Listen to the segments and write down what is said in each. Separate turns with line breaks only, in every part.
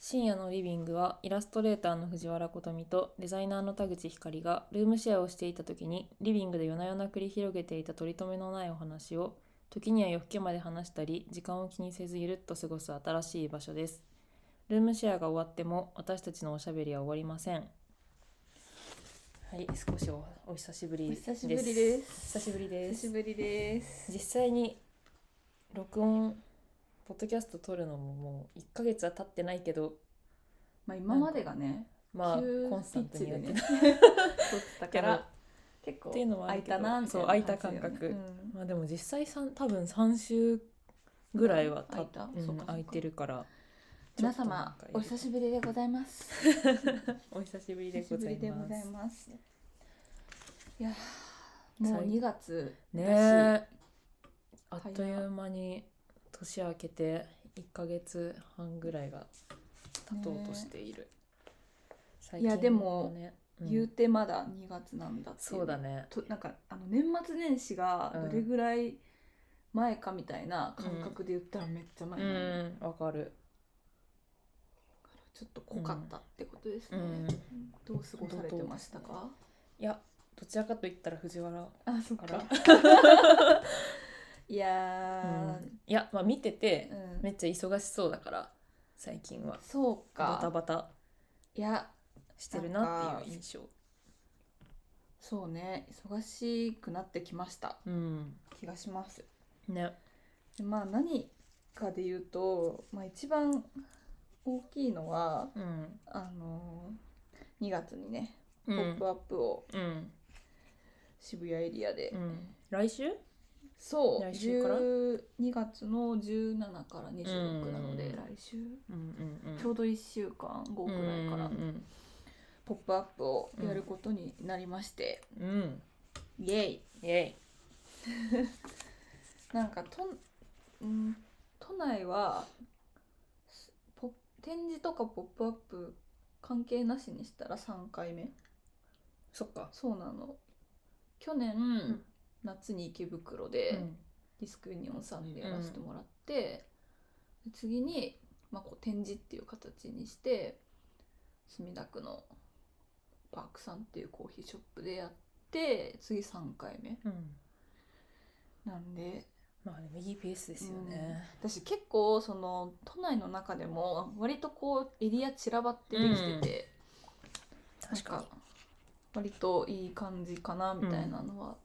深夜のリビングはイラストレーターの藤原琴美とデザイナーの田口ひかりがルームシェアをしていた時にリビングで夜な夜な繰り広げていた取り留めのないお話を時には夜更けまで話したり時間を気にせずゆるっと過ごす新しい場所ですルームシェアが終わっても私たちのおしゃべりは終わりませんはい少しおお久しぶり
お
です
久しぶりです
久しぶりで
久
す
しぶりです。
実際に録音ポッドキャスト撮るのももう1ヶ月は経ってないけど
まあ今までがね、
まあ
急
コンスタントにやって
ピッチでね
ない
撮ってたから結構
っていうのはあ
空
る
い
けど
たなみた
そう
いな感じだよね、
空いた感覚
うん
まあでも実際さん多分3週ぐらいはた
空いた
うん
そうかそうか
空いてるから
皆様
ちょっとなんか
お久しぶりでございます。
お久しぶ
お
りで
久し
ご
ぶ
ざい
りで
ま
ご
す
ざいます。いやーもう2月だ
ね
し、
えあっという間に年明けて1ヶ月半ぐらいが経とうとしている、最
いやでも
ねうん
言うてまだ2月なんだってい
そうだね
となんかあの年末年始がどれぐらい前かみたいな感覚で言ったらめっちゃ前
う
なのだ
んわかる
からちょっと濃かったってことですね、
うん
どう過ごされてましたか
いやどちらかと言ったら藤原
あそっ
から、
いや
うんいやまあ見てて
ー、うん
めっちゃ忙しそうだから最近は
そう
バタ
か
バタ
いや
してるなっていう印象
そうね忙しくなってきました
うん
気がします
ね
でまあ何かで言うと、まあ、一番大きいのは
うん
あのー、2月にね
う
「ポッ
ん
プアップを
うん、
渋谷エリアで、
うん、来週
そう
来週から
12月の17から26なので、
うん
来週
うんうんうん
ちょうど1週間後くらいから、
うん
ポップアップをやることになりまして、
うんうん、うん
イエイ
イエイ
なんか都,、うん、都内はすポ展示とかポップアップ関係なしにしたら3回目
そっか
そうなの去年、
ん
夏に池袋で、ディスクユニオンさんでやらせてもらって、で次に、まあ、こう展示っていう形にして墨田区のパークさんっていうコーヒーショップでやって次3回目
うん
なんで
まあでもいいペースですよね、
私結構その都内の中でも割とこうエリア散らばってできてて、
確か
なん割といい感じかなみたいなのは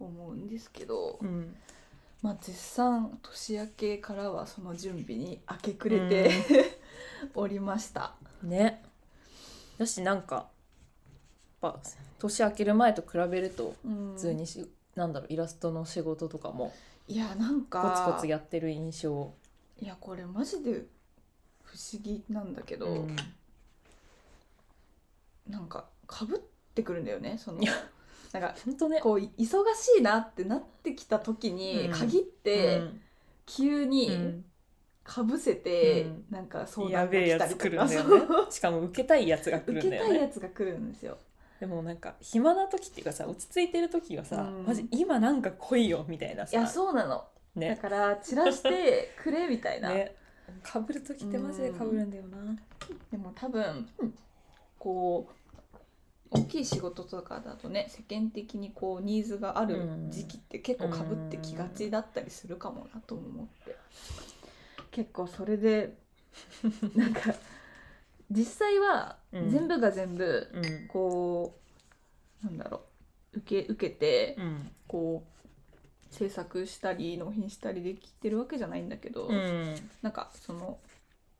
思うんですけど。
にうん
まあ、絶賛年明けからはその準備に明け暮れて、 おりました
ねだしなんかやっぱ年明ける前と比べると
普
普通にし、なんだろうイラストの仕事とかも
いやなん
コ
か
ツコツやってる印象
いやこれマジで不思議なんだけど、
うん
なんかかぶってくるんだよねその
いや
なんか
本当ね
こうい忙しいなってなってきた時に
うん
限って
うん
急
う
に
ん
かぶせて
うん
なんか相
や
談が
べえ
来
や
た
つ
り
来
と
るん
か
だよ
そう
ねしかも受けたいやつが来
受
るん
け
だよ
た
ね
いやつが来るんですよ
でもなんか暇な時っていうかさ落ち着いてる時はさ、
うん
マジ今なんか来いよみたいなさ
いやそうなのだ
ね
から散らしてくれみたいな、
ねかぶる時ってマジでかぶるんだよな
でも多分こう大きい仕事とかだとね世間的にこうニーズがある時期って結構かぶってきがちだったりするかもなと思って結構それ でなんか実際は
うん
全部が全部
うん
こうなんだろう受け受けて
うん
こう制作したり納品したりできてるわけじゃないんだけど、
うん
なんかその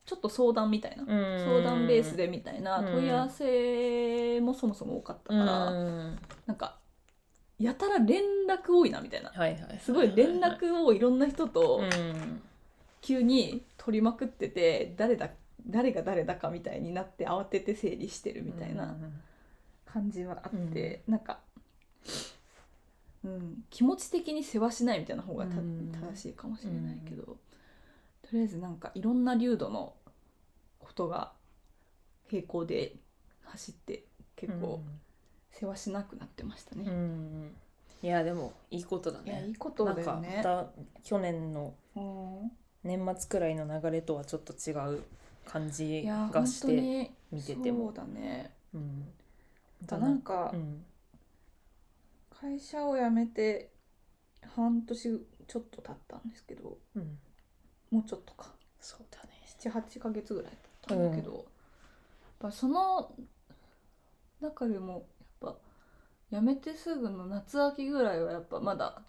ちょっと相談みたいな
相
相談ベースでみたいな
うん
問い合わせもそもそも多かったから、
うん
なんかやたら連絡多いなみたいな
はいはい
すごい連絡をいろんな人
う
と
ん
急に取りまくってて誰だ誰が誰だかみたいになって慌てて整理してるみたいな感じはあって、なんか、うん、気持ち的に世話しないみたいな方がた
うん
正しいかもしれないけど、とりあえずなんかいろんな流度のことが平行で走って結構世話しなくなってました
うんう
ね。
んいやでもいいことだ
いや
ね
いいことだよ
なん
ね。
かまた去年の
うん
年末くらいの流れとはちょっと違う感じ
いや
が
本
し
当
て
に
見てても
そうだね
うん
だなんか、
うん
会社を辞めて半年ちょっと経ったんですけど
うん
もうちょっとか
そうだね
78ヶ月ぐらい経ったんだけど、やっぱその中でもやっぱ辞めてすぐの夏秋ぐらいはやっぱまだ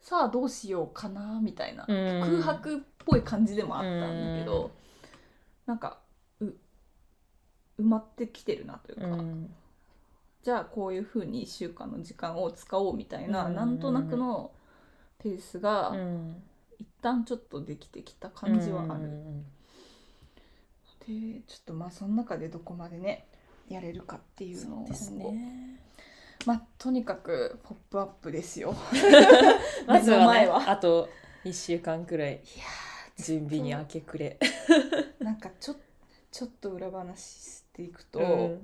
さあどうしようかなみたいな、
うん
空白っぽい感じでもあったんだけど、
うん
なんかう埋まってきてるなというか、
うん
じゃあこういうふうに1週間の時間を使おうみたいな、
うん
なんとなくのペースが、
うん
一旦ちょっとできてきた感じはある。
うん
でちょっとまあその中でどこまでねやれるかっていうの
そ
を
うです
今後
ね
まあとにかく「ポップアップですよ。
まずは,、ね、
目の前は
あと1週間くらい準備に明け暮れ
なんかちょちょっと裏話していくと、
うん
なん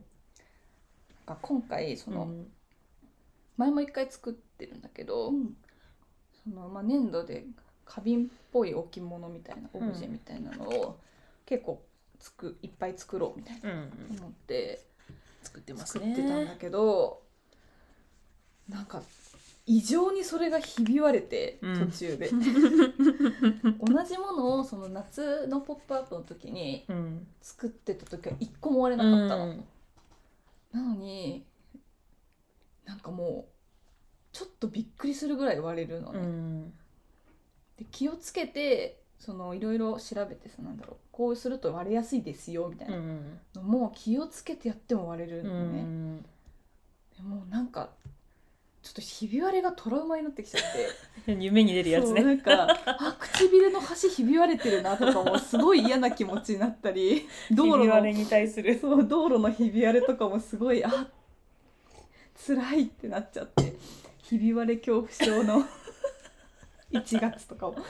か今回そうの
ん
前も一回作ってるんだけど、そのまあ、粘土で花瓶っぽい置物みたいなオブジェみたいなのを結構つくいっぱい作ろうみたいな
うん
思って
作ってます
作っ
ね
てたんだけど、なんか異常にそれがひび割れて
うん
途 中で、同じものをその夏の「ポップアップの時に
うん
作ってた時は一個も割れなかったの、
うん
なのになんかもうちょっとびっくりするぐらい割れるのね、
うん
で気をつけてそのいろいろ調べてさなんだろうこうすると割れやすいですよみたいうな、
ん
もう気をつけてやっても割れる
う
のね、
ん
でもうなんかちょっとひび割れがトラウマになってきちゃって
夢に出るやつ
そうな
ね
んかあ唇の端ひび割れてるなとかもすごい嫌な気持ちになったり 道
ひ
路
び
の
割れに対する
そう道路のひび割れとかもすごいあ辛いってなっちゃってひび割れ恐怖症の 1月とかを過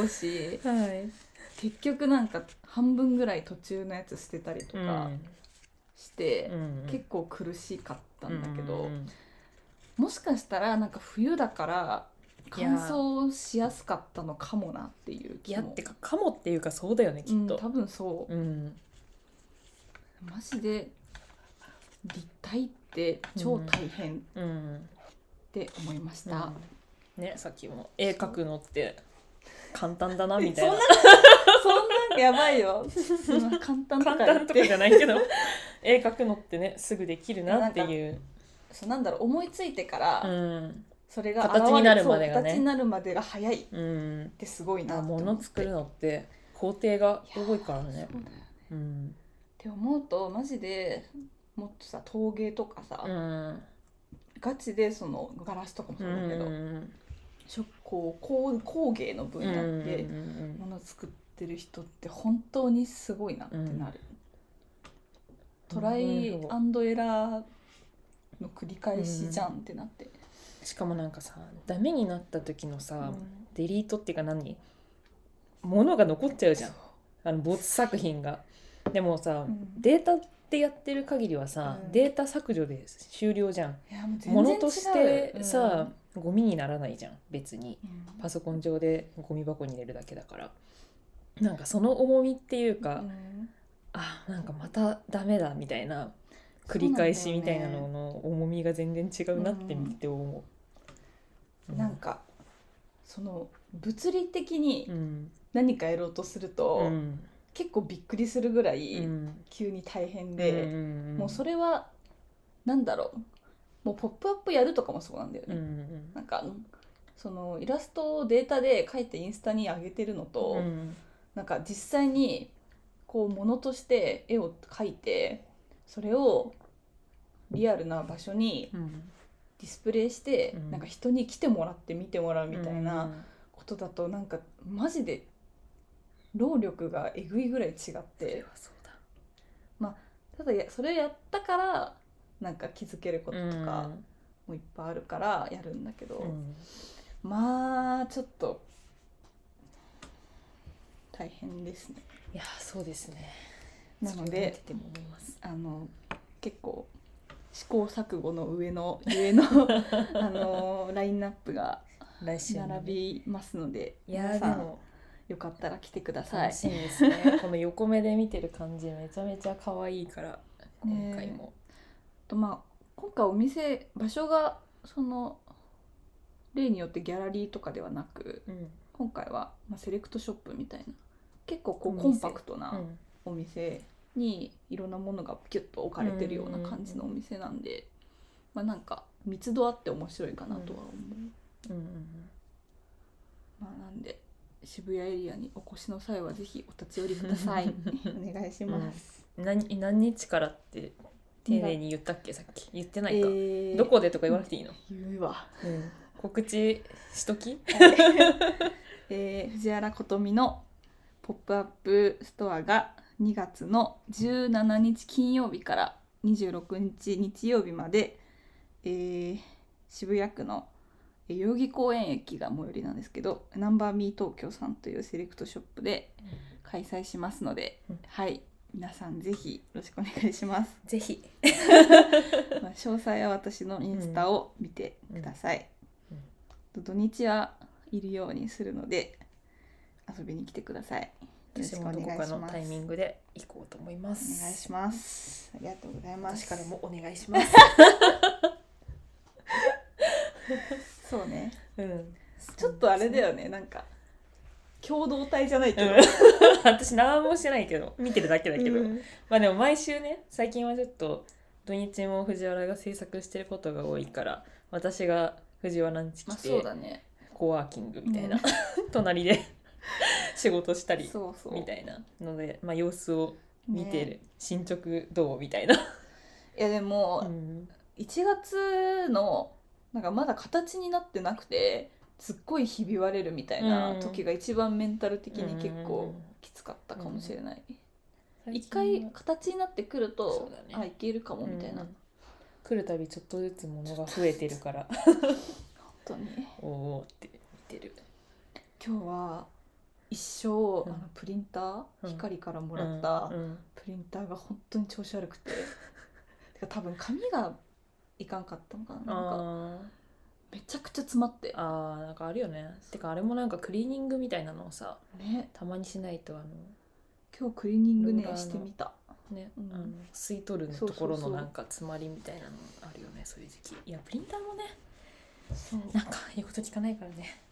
ごし
はい
結局なんか半分ぐらい途中のやつ捨てたりと
う
か
ん
して、
うん
結構苦しかったんだけど。
うん
もしかしたらなんか冬だから
いや
乾燥しやすかったのかもなっていう
い
気
や
も
ってかかもっていうかそうだよねき
う
っ
ん、
と
多分そうう、
ん
マジで立体って超大変っ
うん
て思いまし
う
た
ん、ねさっきも絵描くのって簡単だなみたいな
そんなんやば いよそんな簡単と
簡
か言
単
っ
とか
て
じゃないけど絵描くのってねすぐできるなっていう
そうなんだろう思いついてから、
うん
それが
形になるまでがね
そう形になるまでが早いっ
うん
てすごいなって思って
物作るのって工程が多いから
いや
ね
そうだよね
うん
って思うとマジでもっとさ陶芸とかさ、
うん
ガチでそのガラスとかもそうだけど、
うん
食こう工工芸の分野でもの作ってる人って本当にすごいなってなる、トライ
うん
アンドエラーの繰り返しじゃんってなって、
しかもなんかさダメになった時の
う
さ
ん
デリートっていうか何物が残っちゃうじゃん
そ
あの没作品が。でもさ
ううん
データってやってる限りはさ、
うん
データ削除で終了じゃん。
いやもう全然違う
物としてさ、、ゴミにならないじゃん別に。
うんうん
パソコン上でゴミ箱に入れるだけだからなんかその重みっていうか、
うん
あなんかまたダメだみたいな繰り返しみたいなのの重みが全然違うなって見て思う。う
なんかその物理的に
うん
何かやろうとすると、
うん
結構びっくりするぐら
う
い
ん
急に大変で。
ん
もうそ
れ、
れはなんだろうもう「ポップアップやるとかもそうなんだよ
う
ね、
んうん
なんかそのイラストをデータで描いてインスタに上げてるのと、
うん
なんか実際にこうものとして絵を描いてそれをリアルな場所に
うん
ディスプレイして、
うん
なんか人に来てもらって見てもらうみたいな
うん
ことだとなんかマジで労力がえぐいぐらい違っ
それ
て
はそうだ
ただやそれをやったからなんか気づけることとか。もいっぱいあるからやるんだけど、
うん
まあちょっと大変ですね
いやそうですね。
なの
それを見
で
てても思います。
あの結構試行錯誤の 上の上のあのラインナップが
来週もね
並びますので
いや
皆
ーで
さん
も
よかったら来てください
楽。しみですねこの横目で見てる感じめちゃめちゃ可愛いから
ね
今回も、
とまあ今回お店場所がその例によってギャラリーとかではなく
うん
今回は、まあ、セレクトショップみたいな結構こ
お
う
店
コンパクトな
うん
お店にいろんなものがギュッと置かれてるような感じのお店なんで、まあ、なんか密度あって面白いかなとは思う、
うんうん
まあ、なんで渋谷エリアにお越しの際はぜひお立ち寄りください お願いします、
うん、何何日からって丁寧に言ったっけさっき言ってないか、
えー
どこでとか言わなくていいの、
言うわ
告知しとき
えー藤原琴美のポップアップストアが2月の17日金曜日から26日日曜日まで、えー渋谷区のえー代々木公園駅が最寄りなんですけどナンバーミー東京さんというセレクトショップで開催しますので、
うん
はい皆さんぜひよろしくお願いします
ぜひ
まあ詳細は私のインスタを見てください、
うんうん
土日はいるようにするので遊びに来てくださいよろし
私
く
も
お願い
どこ
しま
か
す
のタイミングで行こうと思いま
お
す
願いしますありがとうございます
私からもお願いします
そうね
うん、
ちょっとあれだよねなんか共同体じゃないけど、
うん 私何もしてないけど見てるだけだけど、
うん
まあでも毎週ね最近はちょっと土日も藤原が制作してることが多いから私が藤原んち
まあ
来て、
そうだね
コワーキングみたいな、 隣 で仕事したり
そうそう
みたいなので、まあ、様子を見てる、
ね
進捗どうみたいな、
いやでも、
うん
1月のなんかまだ形になってなくてすっごいひび割れるみたいな時が一番メンタル的に結構きつかったかもしれない、一回形になってくる
そ
と、
うだね
あいけるかもみたいな、
うん来るたびちょっとずつものが増えてるから
本当に
おーおーって見てる
今日は一生、
うん
あのプリンター、
うん
光からもらった
うんうん
プリンターが本当に調子 悪くて、てか多分紙がいかんかったのかななんか
あー
めちゃくちゃ詰まって
あーなんかあるよねてかあれもなんかクリーニングみたいなのをさ
ね
たまにしないとあの
今日クリーニングね
ローラーの
してみた
ね、
うん
あの吸い取るの
そう
と
そうそ
ころ
う
のなんか詰まりみたいなのあるよねそういう時期いやプリンターもね
そう
なんか言うこと聞かないからね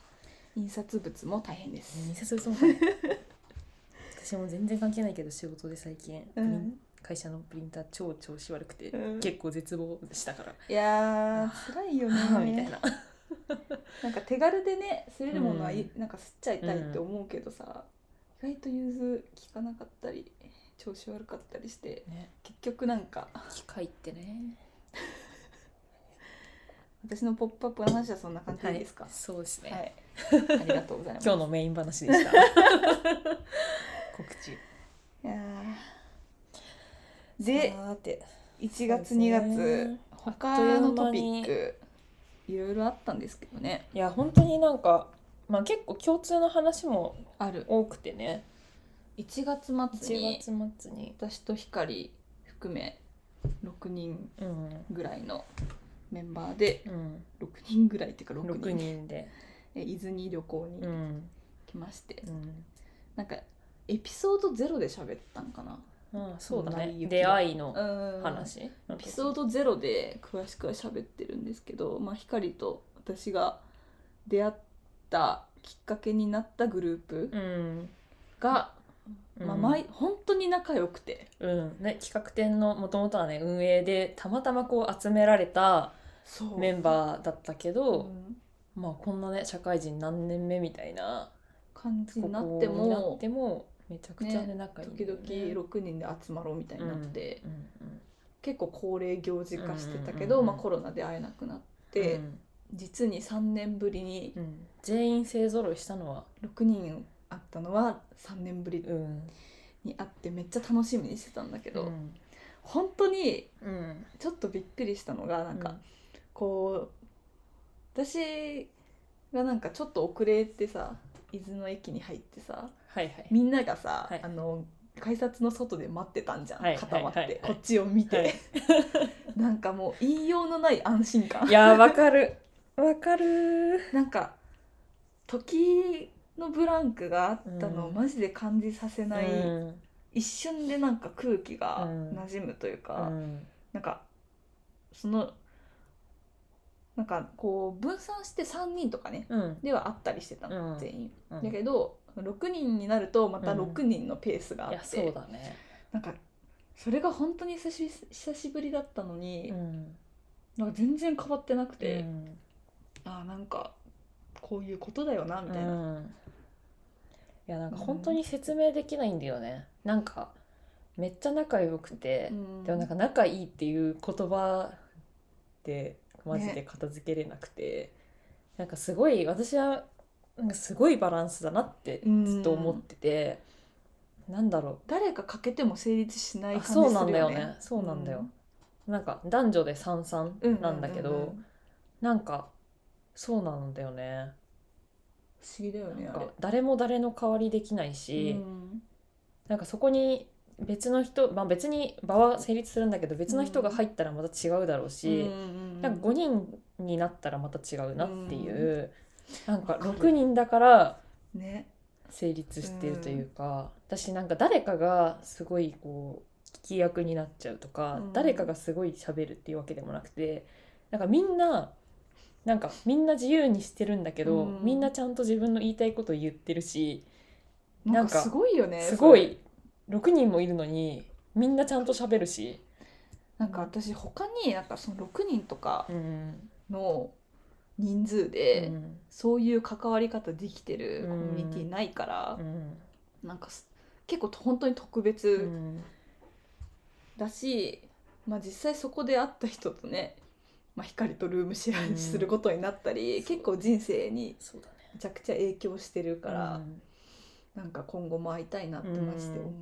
印刷物も大変です、
印刷物もね私も全然関係ないけど仕事で最近、プリン会社のプリンター超調子悪くて、
うん
結構絶望したから、
いやー辛いよね
みたいな
なんか手軽でね擦れるものはい、
う
なんか擦っちゃいたいって思うけどさ、意外と融通効かなかったり調子悪かったりして
ね
結局なんか
機械ってね
私の「ポップアップの話はそんな感じでいいですか
はい、そうですね、
はい、ありがとうございます
今日のメイン話でした 告知
いやーで
さーて
1月2
そうです
月
ね
他のトピ
あ
ッ
っとい
クいろいろあったんですけどね
いや本当になんか、まあ、結構共通の話も
ある
多くてね
1月末
1
に
月末に、
私と光含め6人
うん
ぐらいのメンバーで
うん、
6人ぐらいっていうか6
6
人
人で、
え伊豆に旅行
う
に
ん
来まして、
うん
なんかエピソードゼロで喋ったんかな
まあ、そうだ
内
ね
容
出会いの
うん
話
エピソードゼロで詳しくは喋ってるんですけど、まあ、光と私が出会ったきっかけになったグループ
うん、
が、まあ、
うん
毎本当に仲良くて
うんね、企画展のもともとはね運営でたまたまこう集められた
そう
メンバーだったけど、
うん
まあこんなね社会人何年目みたいな
感じになっ
こ
て
こにな
も
ってもめちゃくちゃね
ね
仲いいんだよ
時々
ね
6人で集まろうみたいになって、
うんうん
結構恒例行事化してたけ
うん
ど、
うんうん
まあ、コロナで会えなくなっ
うん
て、
うん
実に3年ぶりに
うん全員勢ぞろいしたのは、
6人会ったのは3年ぶり
うん、
に会ってめっちゃ楽しみにしてたんだけど、
うん
本当に
うん、
ちょっとびっくりしたのがなんか、こう私がなんかちょっと遅れてさ伊豆の駅に入ってさ
はいはい
みんながさ、
はい
あの改札の外で待ってたんじゃん、
はい
固まって、
はいはいはい
こっちを見て、
はい
なんかもう言いようのない安心感
いやーわかるわかる
なんか時のブランクがあったのを
うん
マジで感じさせない、
うん
一瞬でなんか空気が
うん
馴染むというか、
うん
なんかそのなんかこう分散して3人とかね
うん
ではあったりしてたの、
うん
全員。
うん
だけど6人になるとまた
うん
6人のペースがあ
いや
って、
そうだね、
なんかそれが本当に久し久しぶりだったのに、
うん
なんか全然変わってなく
う
て、
ん
ああなんかこういうことだよなみたいな。
うんいやなんか本当に説明できないんだよね、なんかめっちゃ仲良くて、
うん
でもなんか仲いいっていう言葉でマジで片付けれなくて、なんかすごい私はなんかすごいバランスだなってずっと思ってて、なんだろ
誰か欠けても成立しな
う
い
あ
感じする
そ
よ
うな
ね。
んだよねそうなんだよ、なんか男女で三々
うううう
なんだけど、
不思
なんかそうなんだよね
議だよね
なん
あれ
か。誰も誰の代わりできないうし、
ん
なんかそこに別の人、まあ、別に場は成立するんだけど別の人が入ったらまた違うだろうし、
うんうんうん
なんか5人になったらまた違うなっていう、なんか6人だから
ね
成立してるというか、私なんか誰かがすごいこう聞き役になっちゃうとか、
うん
誰かがすごい喋るっていうわけでもなくてなんかみんななんかみんな自由にしてるんだけど、
うん
みんなちゃんと自分の言いたいことを言ってるし、
な
なんん
か
か
すごいよね。
すご
それ
い6人もいるのにみんなちゃんと喋るし。
なんか私他になんかその6人とか
うん
の人数で、
うん
そういう関わり方できて
う
る
ん
コミュニティないから
う、ん
なんかす結構本当に特
う
別
ん
だし、まあ実際そこで会った人とね、まあ、光とルームシェア
うん
にすることになったり、
そう
結構人生に
そうだね
めちゃくちゃ影響してるから、
うん
なんか今後も会いたいなってマジで思う。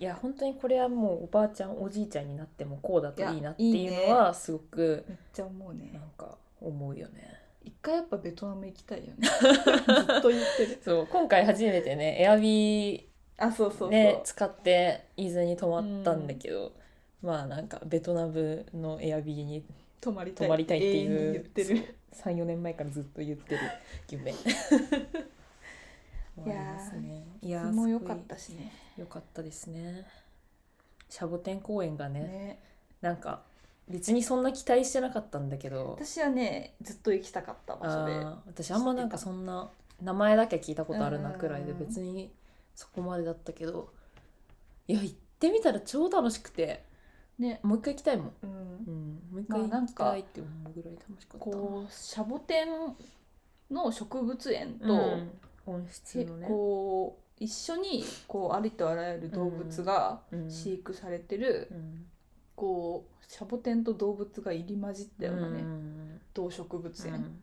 いや本当にこれはもうおばあちゃんおじいちゃんになってもこうだといいなって
い
い
や
う
いいね
のはすごく
めっちゃ思う
な
ね
んか思うよね。
一回やっぱベトナム行きたいよ ねずっと言ってる
そう今回初めてねエアビー
あそうそうそう、
ね使って伊豆に泊まったんだけど、まあなんかベトナムのエアビーに
泊まりたい
泊まりたいって
永遠に
い
言っ
う
てる
34年前からずっと言ってる 夢。
いやー
ありますねい
そ
や
れ
ー
も
す
良
ごい
かったしね
良かったですね。シャボテン公園がね
ね
なんか別にそんな期待してなかったんだけど。
私はねずっと行きたかった場所で
あー私あんまなんかそんな名前だけ聞いたことあるなくらいで
うん
別にそこまでだったけどいや行ってみたら超楽しくて
ね
もう一回行きたいもん、
うん
うん、もう一
まあ
回
な
行
ん
き
か
たいって思うぐらい楽しかった
こうシャボテンの植物園と、
うん温室
へ
のね
こう一緒にこうありとあらゆる動物が
うん
飼育されてる、
うん
こうシャボテンと動物が入り混じったようなね、
うん
動植物
う
園
ん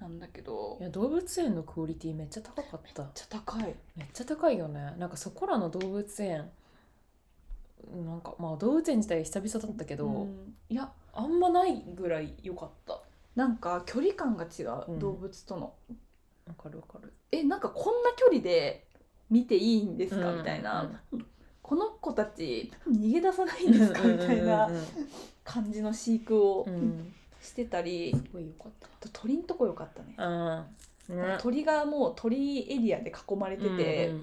なんだけど、
い
めっ
や動物園のクオリティめっちゃ高かった
ちゃ高い
めっちゃ高いよねなんかそこらの動物園なんかまあ動物園自体久々だったけど、
うんいや
あんまないぐらい良かった
なんか距離感が違う、
うん
動物との
わかるわかる
えなんかこんな距離で見ていいんですか、
うん
みたいな、この子たち逃げ出さないんですかみたいな感じの飼育を
うん
してたり、
すごいよかった
あと鳥んとこよかったね、
あ
なんか鳥がもう鳥エリアで囲まれてて、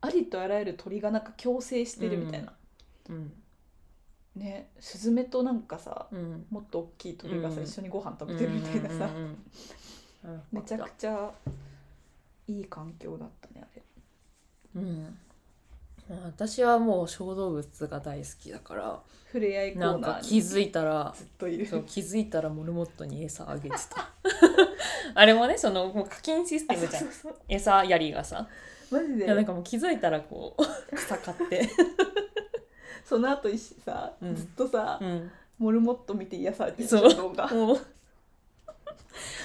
ありとあらゆる鳥がなんか共生してるみたいな、
うん
ねスズメとなんかさ
うん
もっと大きい鳥がさ、
うん
一緒にご飯食べてるみたいなさ、めちゃくちゃいい環境だったねあれ
うん私はもう小動物が大好きだから
触れ合いコ
な
ー
んか
ナー
気
にず
づいたら
っといる
そう気づいたらモルモットに餌あげてたあれもねそのもう課金システムじゃん
そうそう
餌やりがさ
そうマジ
いやなん
で
かもう気づいたらこう草買って
その後一緒にさ、
うん
ずっとさ、
うん
モルモット見て癒されてる
そう
動画
もう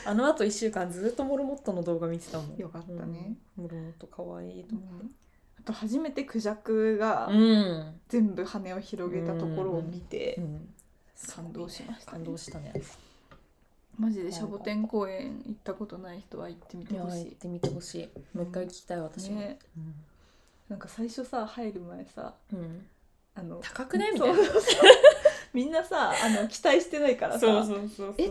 あのあと1週間ずっとモルモットの動画見てたもん
よかったね、
うんモルモットかわいいと
う
思
んあと初めてクジャクが
うん、
全部羽を広げたところを見て、
うん、
感動しましたね
感動したね
マジでシャボテン公園行ったことない人は行ってみ
い
て
や
ほ
行っ
して
みてほしいもう一回聞きたい私
い、
も、
ね、なんか最初さ入る前さ
うんうん
あの
高くねみ たいな
そうそうそうみんなさあの期待してないからさ
そうそう
え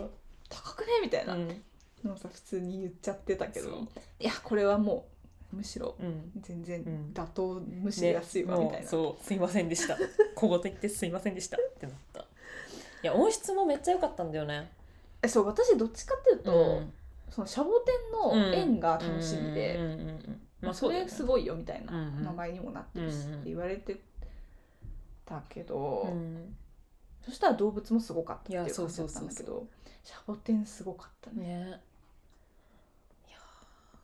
高くねみたいな、
うん
なんか普通に言っちゃってたけ
そ
ど
う
いやこれはもうむしろ
うん
全然
うん
妥当無視
ね
安いわみたい
もう
な、
そうすいませんでした小言言ってすいませんでしたってなったいや音質もめっちゃ良かったんだよね
えそう私どっちかっていうと、
うん
そのシャボテンの縁が楽しみで、
うんうんうんうん
まあ、
そ
そう
だよ
れ
ね
すごいよみたいな
うんうん
名前にもなってるし
うんうん
って言われてたけど、
うん
そしたら動物もすごかったっていう
いやそ
感
う
じ
そ
だ
う
った
そ
ん
う
だ
そ
け
う
どシャボテンすごかったね
ね
め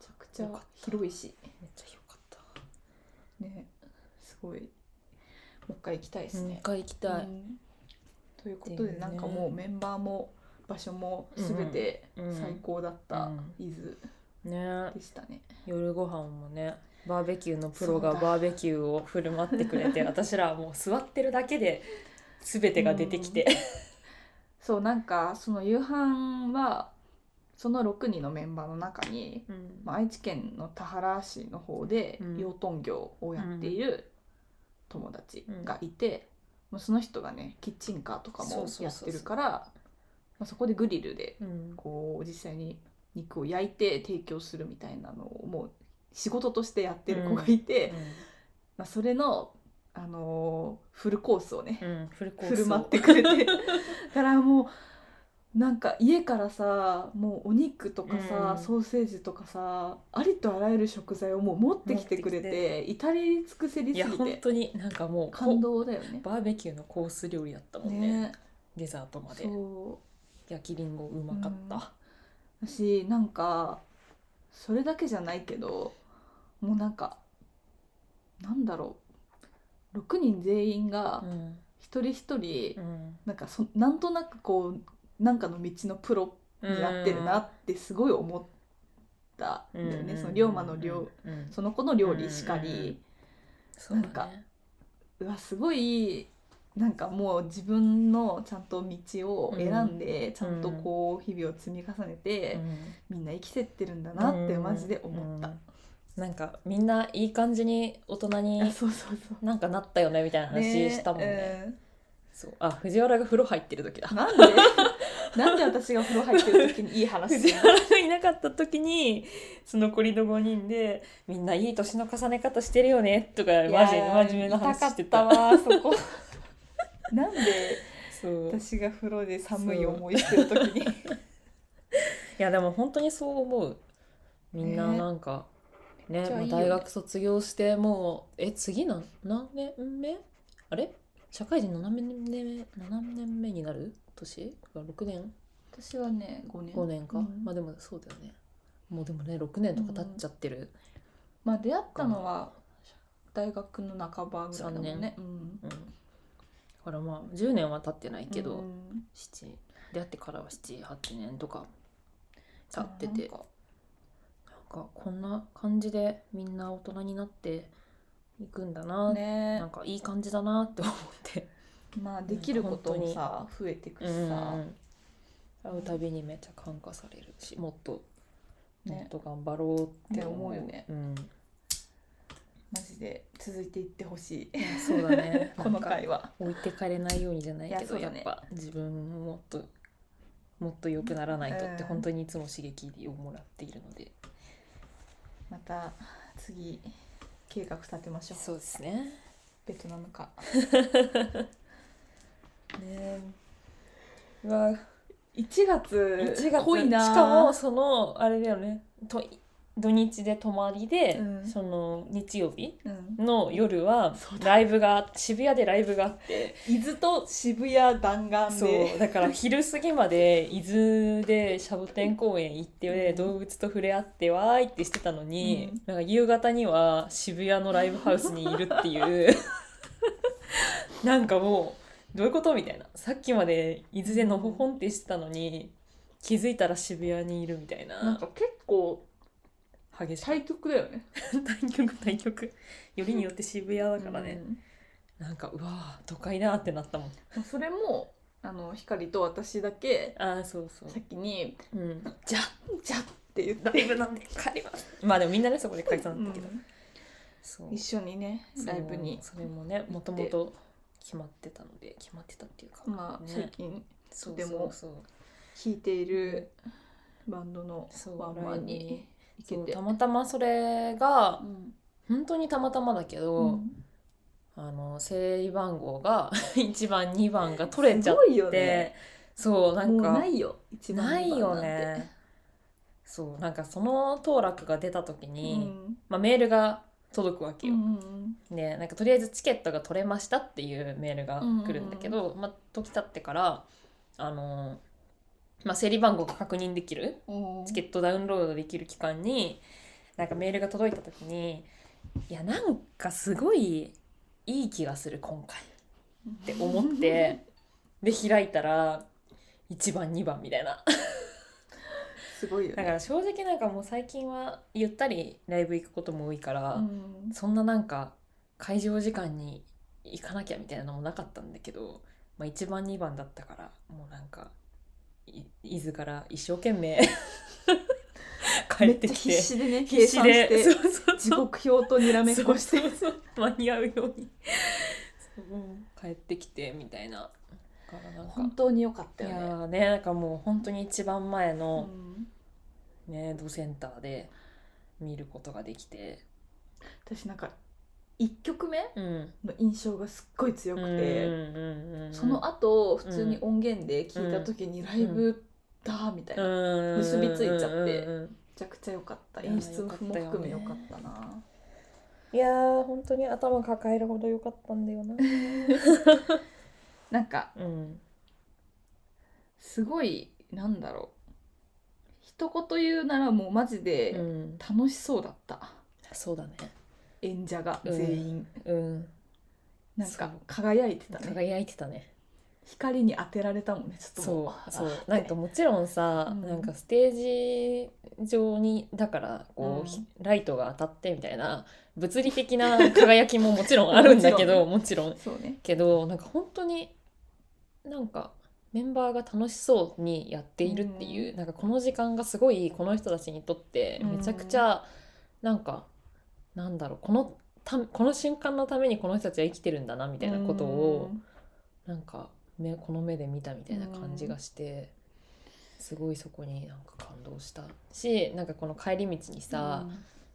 ちゃくちゃ広いし、
めっちゃ良かった
ね、すごいもう一回行きたいです
もう
ね
一。回行きたい、
うんということで
っていうね
なんかもうメンバーも場所も全て
うんうん
最高だった伊豆
ね
でしたね。
夜ご飯もねバーベキューのプロがバーベキューを振る舞ってく れて私らはもう座ってるだけで全てが出てきて、
そうなんかその夕飯はその6人のメンバーの中に
うん
まあ、愛知県の田原市の方で
うん
養豚業をやっている友達がいて、もうその人がねキッチンカーとか
そう
も
そう
や
そう
っ
そう
てるからまあ、そこでグリルで
うん
こう実際に肉を焼いて提供するみたいなのをもう仕事としてやってる子がいて、まあ、それの、あのーフルコースをね
うんうんフルコース
振
を
る舞ってくれてだからもうなんか家からさもうお肉とかさ、
うん
ソーセージとかさありとあらゆる食材をもう持ってきてくれて至れり尽くせり
いや
すぎ
本
て
当になんかもうこ
感動だよね。
バーベキューのコース料理だったもんね
ね
デザートまで
そう
焼きりんごうまかった、
私なんかそれだけじゃないけどもうなんかなんだろう6人全員が
うん
一人一人、
うん
なんかそなんとなくこうなんかの道のプロになってるなってすごい思ったんだよね、その龍馬の料、
うん
その子の料理しかり、
そうだね
なんかうわすごいなんかもう自分のちゃんと道を選んで、ちゃんとこう日々を積み重ねて
う、ん
みんな生きてってるんだなってマジで思った、
うんなんかみんないい感じに大人
あ
に
そうそうそう
なんかなったよねみたいな話したもんね
え
そうあ藤原が風呂入ってる時だ
うんなんで なんで私が風呂入ってる時にいい話
藤
する
原が いなかった時にその残りの5人でみんないい年の重ね方してるよねとか
の
マジ真面目な話してた
いやー痛かったわそこ なんで
そう
私が風呂で寒い思いしてる時に
いやでも本当にそう思うみんな
ね
なんかね
めっちゃいい
もう
よね
大学卒業してもうえ次なん何年目あれ社会人7年目7年目になる年が6年
私はね5年
5年か、
うん
まあでもそうだよねもうでもね6年とか経っちゃってる、
まあ出会ったのは大学の半ばぐらいだもん
三年
ね、うん、
うんだからまあ10年は経ってないけど、
うん
7出会ってからは78年とか経ってて
なんか
なんかこんな感じでみんな大人になっていくんだなって
ね
なんかいい感じだなって思って
まあできることもさ増えてくしさ、
会うたびにめっちゃ感化されるしもっと、
ね
もっと頑張ろうって思う
ね思うよね
うん、
マジで続いていってほしい
そうだね
この
なんか
回は
置いてかれないようにじゃないけ
いやそ
ど
う
や,、
だね
っぱ自分ももっともっと良くならないとって
うん
本当にいつも刺激をもらっているので、
また次計画立てましょう
そうですね
ベトナムか
ねうわ
1月
1月
濃いな
しかもそのあれだよねと土日で泊まりで、
うん
その日曜日
うん、
の夜はライブが渋谷でライブがあって
伊豆と渋谷弾丸
そう
で
だから昼過ぎまで伊豆でシャボテン公園行って、
うん
動物と触れ合ってわーいってしてたのに、
う
な
ん
んか夕方には渋谷のライブハウスにいるっていう なんかもうどういうことみたいなさっきまで伊豆でのほほんってしてたのに気づいたら渋谷にいるみたいな
なんか結構
激しい
対局だよね
対局対局よりによって渋谷だからね。
うん
なんかうわー都会だってなったもん
まあそれもあの光と私だけ
ああそうそう、
先に
うん、
「じゃじゃ」って言っ
ラ
て、
イブなんで帰りますまあでもみんなねそこで解散だったけど、
うん
そう
一緒にね
そう
ライブに
それもねもともと決まってたので決まってたっていうか
まあ、
ね
最近
そう
で
そう
も
そう
弾いているバンドの
そう
ワンマンに行け
そう
て
たまたまそれが
うん
本当にたまたまだけど、
うん
あの整理番号が 1番2番が取れちゃっ
すごいよ
て、
ね
そうなん
もう
か
ないよ一番
ない
二番
よ
なんて
ねそうなんかその当落が出た時
う
に、
ん
まあ、メールが届くわけ
うん
よ、
うん
でなんかとりあえずチケットが取れましたっていうメールが来るんだけど、まあ、時経ってからあのーまあ、整理番号が確認できる
うんうん
チケットダウンロードできる期間になんかメールが届いた時にいやなんかすごいいい気がする今回って思って で開いたら1番2番みたいな
すごいよ
だ
ね
から正直なんかもう最近はゆったりライブ行くことも多いから、
うん
そんななんか会場時間に行かなきゃみたいなのもなかったんだけど、まあ、1番2番だったからもうなんかい伊豆から一生懸命 帰
め
っ
ってちゃ
きて
必死でね計
必
算
死
し
で
て
そうそう
時
そう
刻表とにらめっこして
そうそうそう間に合うように そう帰ってきてみたいなだからなんか
本当に良かっ
い
たよ
や
ね
ーねなんかもう本当に一番前
う
の、
ん
ねドセンターで見ることができて、
私なんか一曲目
うん、
の印象がすっごい強くて、
うんうんうんうん
その後普通に音源で聞いた時にライブだみたいな、
うん
結びついちゃって
うんうんうん
めちゃくちゃ良かった
いやー
演出も含め
よ
良
か
か
っ
ったな。
いやー本当に頭抱えるほど良かったんだよな、
なんか
うん、
すごいなんだろう一言言うならもうマジ
う
で
ん、
楽しそうだった、
そうだね
演者が
うん
全員、
うん
なん
そう
か輝いてたね
輝いてたね
光に当てられたもんねちょっとも
そうそう
あーって
なんかもちろんさ、
うん
なんかステージ上にだからこう、
うん
ひライトが当たってみたいな物理的な輝きももちろんあるんだけどもちろん
そうね
けどなんか本当になんかメンバーが楽しそうにやっているっていう、なんかこの時間がすごいこの人たちにとって
うん
めちゃくちゃなんか、なんだろうこのたこの瞬間のためにこの人たちは生きてるんだなみ
み
たいなことを、なんか目この目で見たみたいな感じがして、すごいそこになんか感動したしなんかこの帰り道にさ、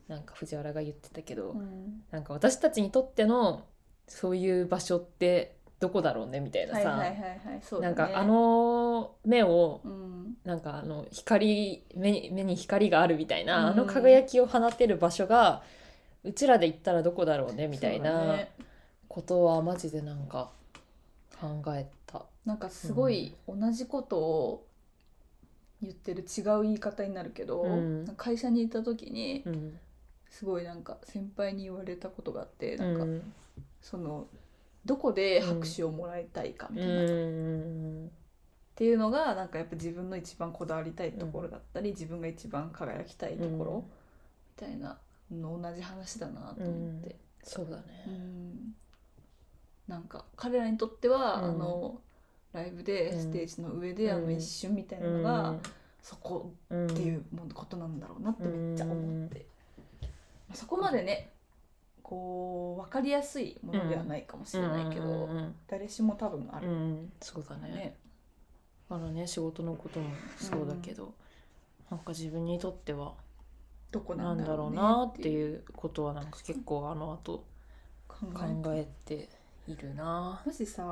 なんか藤原が言ってたけど、
うんうん
なんか私たちにとってのそういう場所ってどこだろうねみたいな
はい
さ、
はいはいはいそう
な
だ
ん
ね
かあの目を
うん
なんかあの光目に目に光があるみたいな、
うん
あの輝きを放てる場所がうちらで行ったらどこだろうねみたい
そうだ
な
ね
ことはマジでなんか考えた。
なんかすごい同じことを言ってる違う言い方になるけど、
うん
なんか会社にいた時に
うん、
すごいなんか先輩に言われたことがあって
う
なんか
ん
そのどこで拍手をもらいたいかみ
う
たいな、っ
ん
ていうのがなんかやっぱ自分の一番こだわりたいところだったり、自分が一番輝きたいところみたいなの同じ話だなと思って。
そうだ
う
ね。
んなんか彼らにとっては、
うん
あのライブで
うん
ステージの上で、あ
う
の
ん
一瞬みたいなのが、そこ
うん
っていうものことなんだろうなってめっちゃ思って、まあそこまでねこう分かりやすいものではないかもしれないけど、
うんうん
誰しも多分あ
う
る
んうんそうだ
から
ね。
ね。
あのね仕事のこともそうだけど、なんか自分にとっては
どこな
なん
んだ
だ
ろ
ろ
う
う
ね
なって
う
いうことはなんか結構あの後
考
考
え
えているな。
もしさ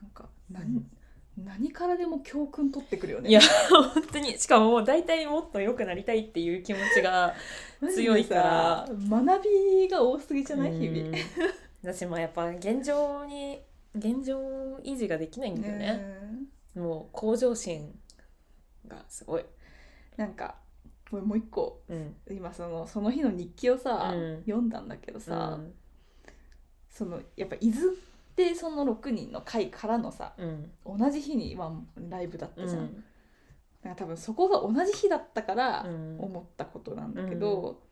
なんか何,、
うん
何からでも教訓取ってくるよね
いや本当にしかももう大体もっと良くなりたいっていう気持ちが
マジでさ
強いから
学びが多すぎじゃない日々、
うん 私もやっぱ現状に現状維持ができないんだよね。
うん
もう向上心がすごい。
なんかもうもう一個
うん、
今そのその日の日記をさ、
うん
読んだんだけどさ、
うん
そのやっぱ伊豆ってその6人の会からのさ
うん
同じ日に、まあ、ライブだったじゃん、
うん
なんか多分そこが同じ日だったから
うん
思ったことなんだけど、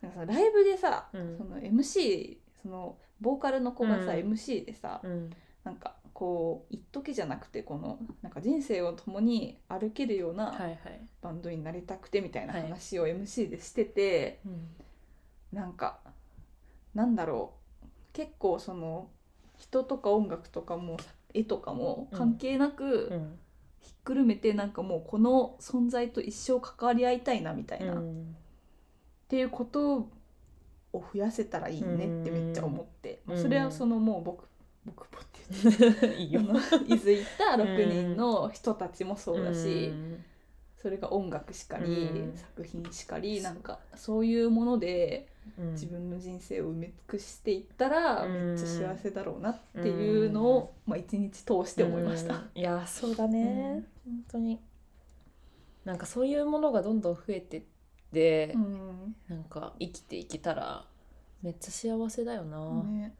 なんかさライブでさ、
うん
その MC そのボーカルの子がさ、
うん
MC でさ、
うん
なんかこう一時じゃなくてこのなんか人生を共に歩けるような、
はいはい。
バンドになりたくてみたいな
はい
話を MC でしてて、
うん
なんかなんだろう結構その人とか音楽とかも絵とかも関係なく、
うん
ひっくるめてなんかもうこの存在と一生関わり合いたいなみたいな、
う
っ
ん
ていうことを増やせたらいいねってめっちゃ思って、
うん
まあそれはそのもう僕僕もって言っ
いい
て
よ
あ。のいづいた6人の人たちもそうだし、
うん
それが音楽しかり、
うん
作品しかりなんかそういうもので
うん
自分の人生を埋め尽くしていったら
うん
めっちゃ幸せだろうなっていうのを、まあ、一日通して思いました。
うんいやそうだね、本当になんかそういうものがどんどん増えてって、
うん
なんか生きていけたらめっちゃ幸せだよな、
ね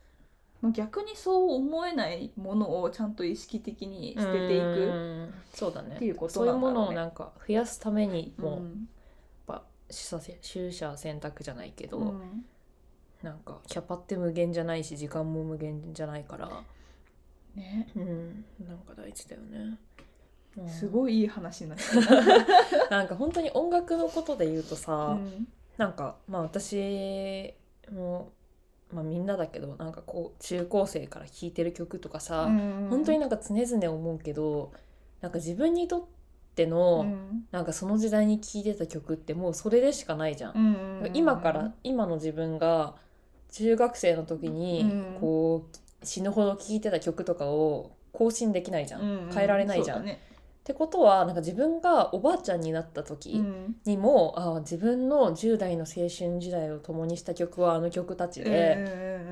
まあ逆にそう思えないものをちゃんと意識的に捨てていく
うんそうだね
っていうこと
そうい
な
うん
だ
も
ろうね
のをなんか増やすためにも、
う
やっ
ん
ぱ取捨選択じゃないけど、
うん
なんかキャパって無限じゃないし時間も無限じゃないから、
ね
うん、なんか大事だよね。うん
すごいいい話になった、
なんか本当に音楽のことで言うと
う
さ、
ん
なんかまあ私も、まあ、みんなだけどなんかこう中高生から聴いてる曲とかさ、
うん
本当になんか常々思うけどなんか自分にとって
う
の、
ん
なんかその時代に聴いてた曲ってもうそれでしかないじゃん。
うん
今から今の自分が中学生の時に
うん
こう死ぬほど聴いてた曲とかを更新できないじゃん。変えられないじゃん。
うそうだね
ってことはなんか自分がおばあちゃんになった時
うん
にも、ああ自分の10代の青春時代を共にした曲はあの曲たちで,、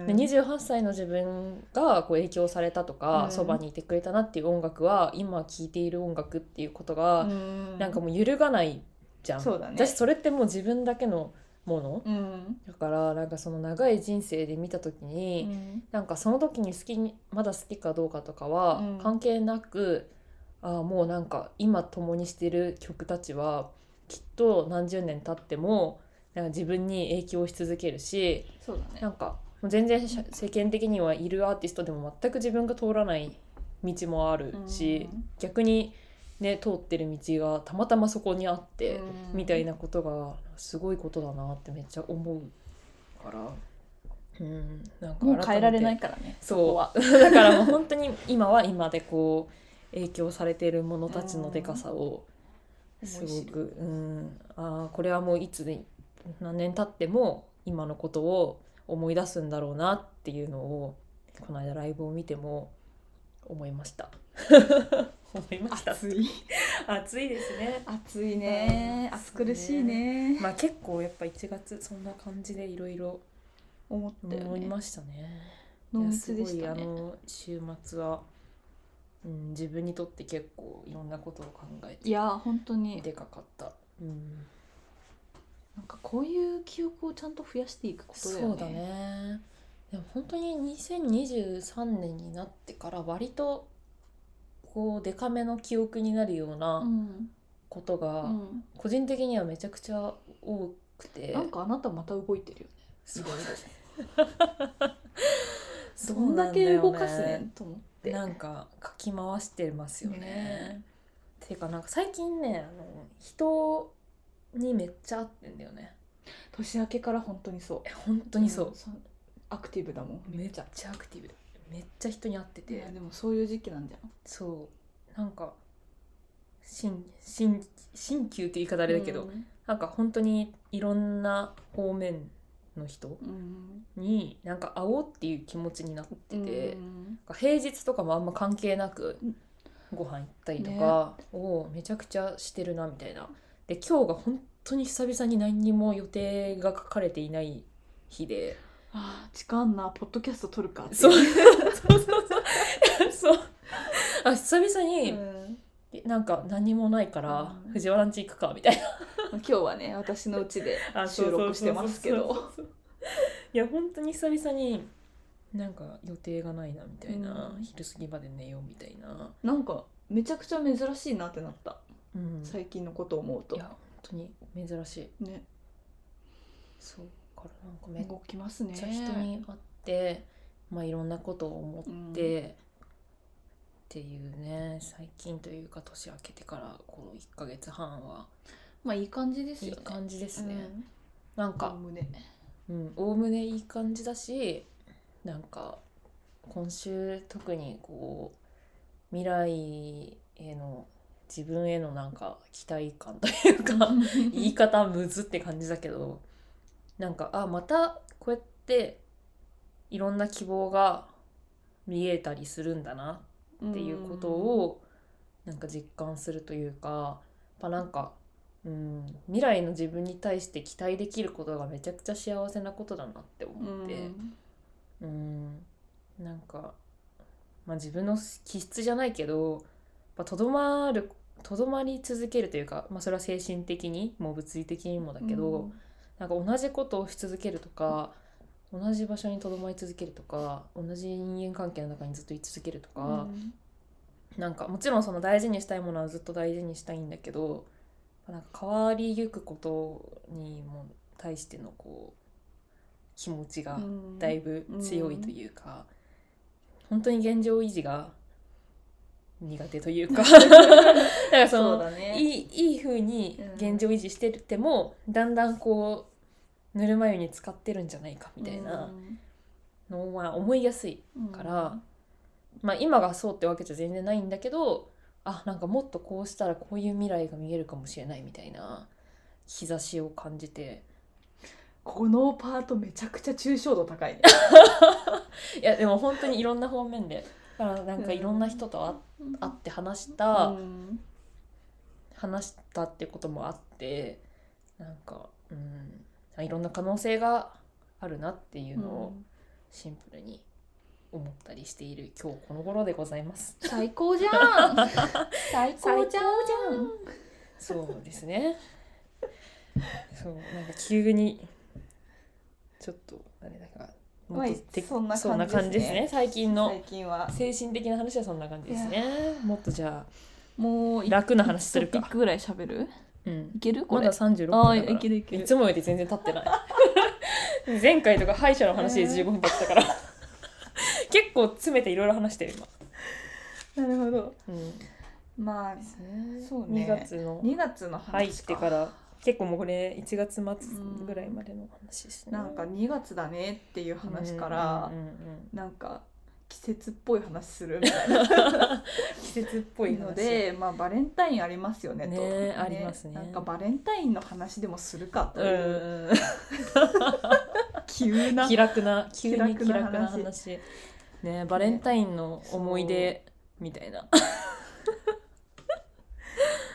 うん
で28歳の自分がこう影響されたと
う
か
ん
そば、にいてくれたなっていう音楽は今聴いている音楽っていうことが、
うん
なんかもう揺るがないじゃん。
そうだね
私それってもう自分だけのもの
うん
だからなんかその長い人生で見た時に、
うん
なんかその時に好きにまだ好きかどうかとかは
うん
関係なく、ああもうなんか今共にしてる曲たちはきっと何十年経ってもなんか自分に影響し続けるし
そうだね
なんかもう全然しゃ世間的にはいるアーティストでも全く自分が通らない道もあるし、逆に、ね、通ってる道がたまたまそこにあって、
うん
みたいなことがすごいことだなってめっちゃ思うから。うん、なんか
もう変えられ
改めて
ないからねこ
そ
は
う だからもう本当に今は今でこう影響されているものたちのでかさをすごくうんあーこれはもういつに何年経っても今のことを思い出すんだろうなっていうのをこの間ライブを見ても思いました 思いました
熱い
暑いですね
暑いね
うん
暑苦しいね
まあ結構やっぱ1月そんな感じでいろいろ
思ったよ
思い
ね
ましたね
濃
いや
密でした
すごいあ
ね
の週末は、うん、自分にとって結構いろんなことを考え
い
て
や本当に
でかかった、うん、
なんかこういう記憶をちゃんと増やしていくことだよね
そうだねでも本当に2023年になってから割とこうデカめの記憶になるよう
う、
なんことが、
うん、
個人的にはめちゃくちゃ多くて
なんかあなたまた動いてるよね
そう
いろいろ
そ
ど
うんな
だ
んだ
け
よね
動かすねんと思って
なんかかき回してますよね。
ね
ていうかなんか最近ねあの人にめっちゃ合ってんだよね。
年明けから本当にそう
え本当にそう
うん、アクティブだもん
めっちゃアクティブだめっちゃ人に会ってて、
いやでもそういう時期なんじゃん
そうなんか新新新旧って言い方あれだけど、なんか本当にいろんな方面の人
うんうん
になんか会おうっていう気持ちになってて。
うん
なんか平日とかもあんま関係なく
うん
ご飯行ったりとかをめちゃくちゃしてるなみたいな。で今日が本当に久々に何にも予定が書かれていない日で
あー時間なポッドキャスト撮るかって
そうそうそうそうそうあ久々
うん
になんか何もないから
うん
藤原んち行くかみたい
今日はね私の家 で
な
収録してますけ
そう
ど
そうそうそういや本当に久々になんか予定がないなみたいな、
うん
昼過ぎまで寝ようみたいな、
なんかめちゃくちゃ珍しいなってなった
うん、
最近のことを思うと
いや本当に珍しい
ね
そうだからなんかめっ
動きますね
ちゃ人に会って、まあいろんなことを思って、っていうね最近というか年明けてからこの1ヶ月半は
まあいい感じです
い
よ
い
ね
感じですね、
うん
なんか
おおむね
うんおおむねいい感じだしなんか今週特にこう未来への自分へのなんか期待感というか言い方むずって感じだけどなんかあまたこうやっていろんな希望が見えたりするんだなっていうことをなんか実感するというかやっぱなんか、うん、未来の自分に対して期待できることがめちゃくちゃ幸せなことだなって
う
思
ん
って。うんなんか、まあ、自分の気質じゃないけどやっぱとどまるとどまり続けるというか、まあ、それは精神的にも物理的にもだけど、なんか同じことをし続けるとか同じ場所にとどまり続けるとか同じ人間関係の中にずっと居続けると
う
か、
ん
なんかもちろんその大事にしたいものはずっと大事にしたいんだけどなんか変わりゆくことにも対してのこう気持ちが
うん
だいぶ強いというか、本当に現状維持が苦手というかだからそ
そ
の
うだね
いいいい風に現状維持してても、だんだんこうぬるま湯に使ってるんじゃないかみたいなのは思いやすいから、まあ、今がそうってわけじゃ全然ないんだけどあなんかもっとこうしたらこういう未来が見えるかもしれないみたいな兆しを感じて
このパートめちゃくちゃ抽象 度高いね
いやでも本当にいろんな方面でだからなんかいろんな人と会会って話した、
うん
話したってこともあってなんか、うん、あいろんな可能性があるなっていうのをシンプルに思ったりしている今日この頃でございます。
最高じゃ ん最高じゃん
そうですね。 そうなんか急にちょっとあれだから
まあ
もっとて
そんな感じですね
そんな感じですね。最近の
最近は
精神的な話はそんな感じですね。もっとじゃ
もう
あ楽な話する
トピ
か
ッ。クぐらい喋る
うん
い。けるこ
ま
れ
だ三十六
ああ
分だか
ー
ら
い。けるいけ
い
る
つもより全然経ってない 前回とか歯医者の話で15分経ってたから 結構詰めていろいろ話してる今、
なるほど
うん、
まあそうね
2月の
2月の
入っ
話
て
か
から結構もうこれ1月末ぐらいまでの話ですね
なんか2月だねっていう話から
うんうんうん
なんか季節っぽい話するみたいな
季節っぽ い話
ので、まあ、バレンタインありますよねと
ねありますね
なんかバレンタインの話でもするかと
う
い
ん
う、
うん
急
う
な ん
気楽な急に気
気楽な
楽
話
な話ねバレンタインの思い出みたいな、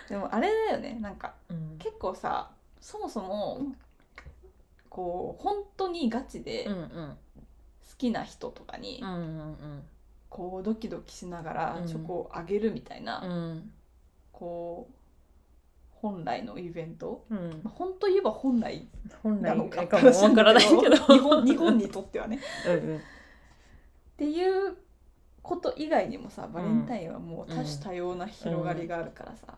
でもあれだよねなんか
うん
結構さそもそもこう本当にガチで
うんう
好
ん
きな人とかに
うんうん
こうドキドキしながら
うん
チョコをあげるみたいな、
うん
こう本来のイベント
うんうん
まあ本当言えば本来
本
な
来
の
の
か
かもわからないけど
日本日本にとってはね。
うんうん
っていうこと以外にもさバレンタインはもう多種多様な広がりがあるからさ、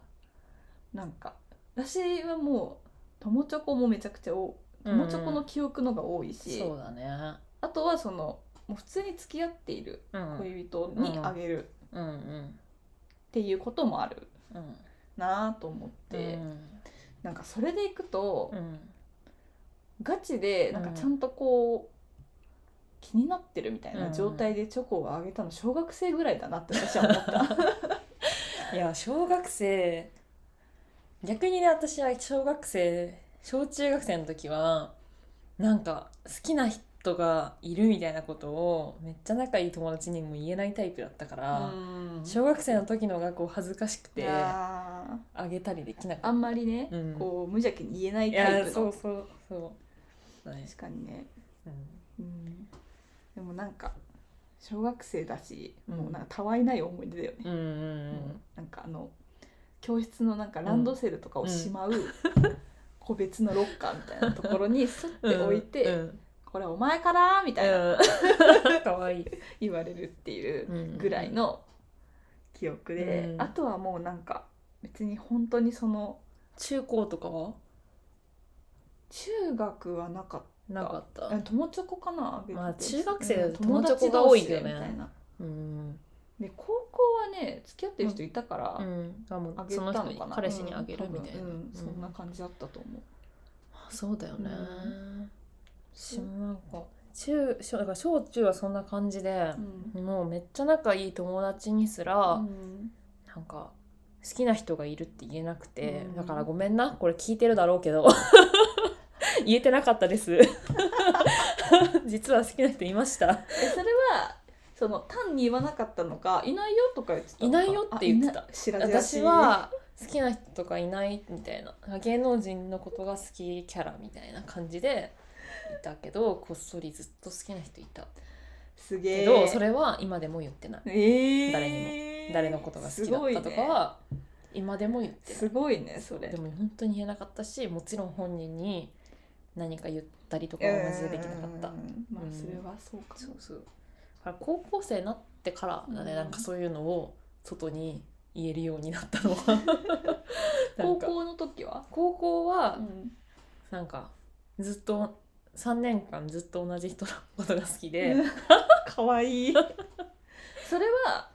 なんか私はもう友チョコもめちゃくちゃ多い友チョコの記憶のが多いし、
そうだね
あとはそのもう普通に付き合っている
うんうん
恋人にあげるっ
うん
ていうこともある
うん
なぁと思って、
うん
なんかそれでいくと、
うん
ガチでなんかちゃんとこう。気になってるみたいな状態でチョコをあげたの小学生ぐらいだなって私は思 った。
いや小学生逆にね私は小学生小中学生の時はなんか好きな人がいるみたいなことをめっちゃ仲いい友達にも言えないタイプだったから、
うん
小学生の時のがこう恥ずかしくてあ
あー
げたりできなか
あ
っ
んまりね、
うん
こう無邪気に言えな
た
い
い
タイ
や
プ
そう
の
そうそうだね
確かにね、
うん
うん、でもなんか小学生だし、
うん
もうなんかたわいない思い出だよね、
うんうん
もうなんかあの教室のなんかランドセルとかをしまう、個別のロッカーみたいなとこ ろにすっ
うん
て置いて「
うん
これお前から」みたいな
うん、かわいい
言われるっていうぐらいの記憶で、
うん
あとはもうなんか別に本当にその
中高とかは
中学はなかった。
なかった
うん友チョコかなあげてて
まあ中学生だと
うん
友
友
チ
達
ョコが
同
多い
士
よね
でみたいな
うん、
で高校はね付き合ってる人いたから、
うん、あもう
あげ
その
たの
人
か
に
な
彼氏にあげる
うん
みたいな、
多分うんそんな
うん
感じだったと思う
そうだよね、
うん
私もなんか中小だから小中はそんな感じで
う、ん
もうめっちゃ仲いい友達にすら、
うん
なんか好きな人がいるって言えなくて、
うん
だからごめんなこれ聞いてるだろう けど言えてなかったです 実は好きな人いました
えそれはその単に言わなかったのかいないよとか言ってたのか
いないよって言ってた
あいな知らずらし
私
い
は好きな人とかいないみたいな芸能人のことが好きキャラみたいな感じでいたけどこっそりずっと好きな人いた
す
け
げえ
ど、それは今でも言ってない
えー
誰に誰のことが好きだったとかは今でも言ってない
すごいねすごいねそれ
でも本当に言えなかったしもちろん本人に何か言ったりとかはマジでできなかった、
うんまあ
うん
それはそうか
そう
も
そうだから高校生になってからだね、
うん
なんかそういうのを外に言えるようになった のはな
高
んか
校の時は
高校は
うん
なんかずっと3年間ずっと同じ人のことが好きで、
かわいいそれは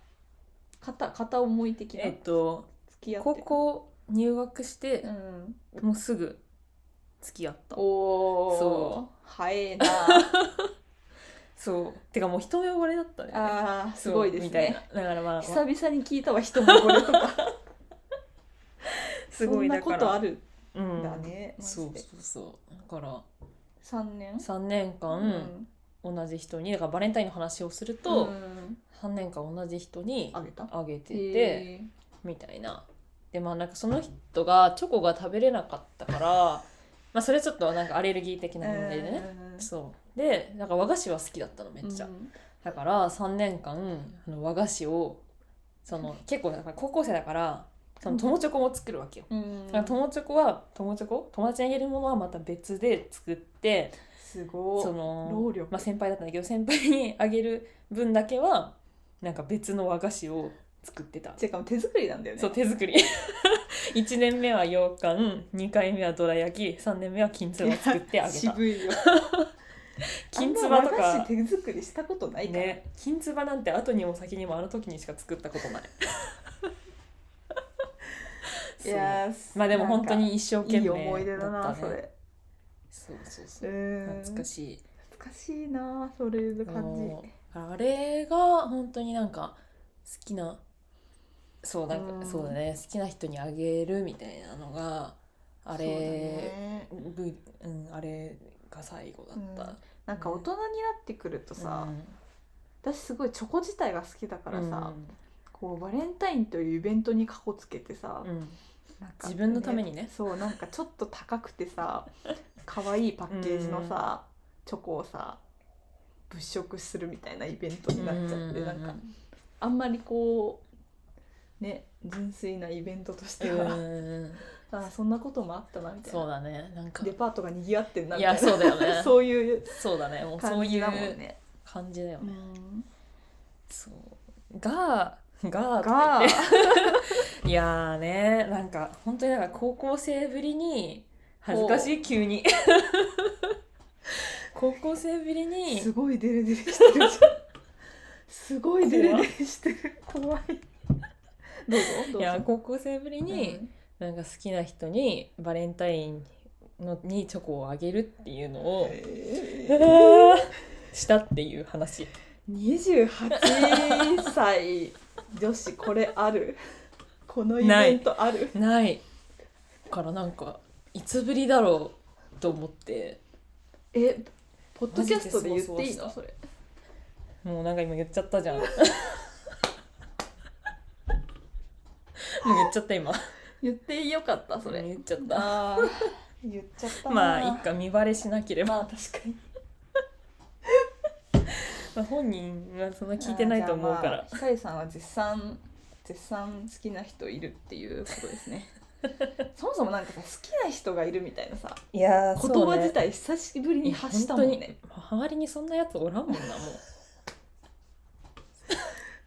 片片思い的
え
な付
っと
き合って
高校入学して
う、ん
もうすぐ付き合った
おお
そう
早 えな
そうてかもう一目惚れだったね
あー
そう
すごいです
みたい
ね
なだからまあ
久々に聞いたわ人もこれ とか
すごい
そ
だ
んな
か
こ
ら
とある
うんん
だね、マジ
そう
で
そうそうだから
三年
3年間同じ人にだからバレンタインの話をすると、
うん
3年間同じ人に
あげた
あげてて
へ
みたいなでまあなんかその人がチョコが食べれなかった からまあそれちょっとなんかアレルギー的
ー
な問題でね
うん
そうでなんか和菓子は好きだったのめっちゃ、
うん
だから3年間あの和菓子をその結構だから高校生だからその友チョコも作るわけよ
うん
だから友チョコは友チョコ友達にあげるものはまた別で作って
すごい
その
労力
まあ、先輩だったんだけど先輩にあげる分だけはなんか別の和菓子を作ってた、
てか手作りなんだよね
そう手作り1年目は羊羹2回目はどら焼き3年目はきんつば作ってあげた
渋 いよ
きんつばと
あんま和菓
か
子手作りしたことないから、
ねきんつばなんて後にも先にもあの時にしか作ったことない
い
そう
や
まあでも本当
なんか
に一生
い
懸
い
命
思い出だ
だ
な
った
そ
ね
れ
そうそうそう
懐
懐かしい
懐かしいなそれの感
も
じ
うあれが本当になんか好きなそうなんか、
うん
そうだね好きな人にあげるみたいなのがあ
そうだ
れ
ね
う、ん、あれが最後だった、
なんか大人になってくるとさ、
うん
私すごいチョコ自体が好きだからさ、
うん
こうバレンタインというイベントにかこつけてさ、
うん
なんか
自分のためにね
そうなんかちょっと高くてさ可愛いパッケージのさ、チョコをさ物色するみたいなイベントになっちゃって、
うん
なんかあんまりこうね純粋なイベントとしては、
うん
あそんなこともあったなみたい
そうだ
な
ねなんか
デパートが賑わってんなみ
い
たい
や
な
そうだよね
そういう
そうだねもうそ
感
うい
じ
う
だもんね。
感じだよね、
うん
そうがが
が
いやーねなんか本当になんか高校生ぶりに恥ずかしい急 に高校生ぶりに
すごいデレデレしてるじゃん。すごいデレデレしてる。怖い。どうぞどうぞ。
いや高校生ぶりに、なんか好きな人にバレンタインのにチョコをあげるっていうの
うん
を、
え
したっていう話
ー28歳女子これある。このイベントある。
ないだからなんかいつぶりだろうと思って
え、ポッドキャストで言っていい
マジでそうそう
の
そ
それ。
もうなんか今言っちゃった じゃんもう言っちゃった今
言ってよかったそれ。
言っちゃった
ああ、言っちゃったな。
まあいっか見バレしなければ、
まあ確かに。
まあ、本人はそんな聞いてないと思うから、
あーじゃあまあひかりさんは絶賛絶賛好きな人いるっていうことですねそもそもなんかさ好きな人がいるみたいなさ
いや
言葉自体久しぶりに発したもんね
周りにそんなやつおらんもんなも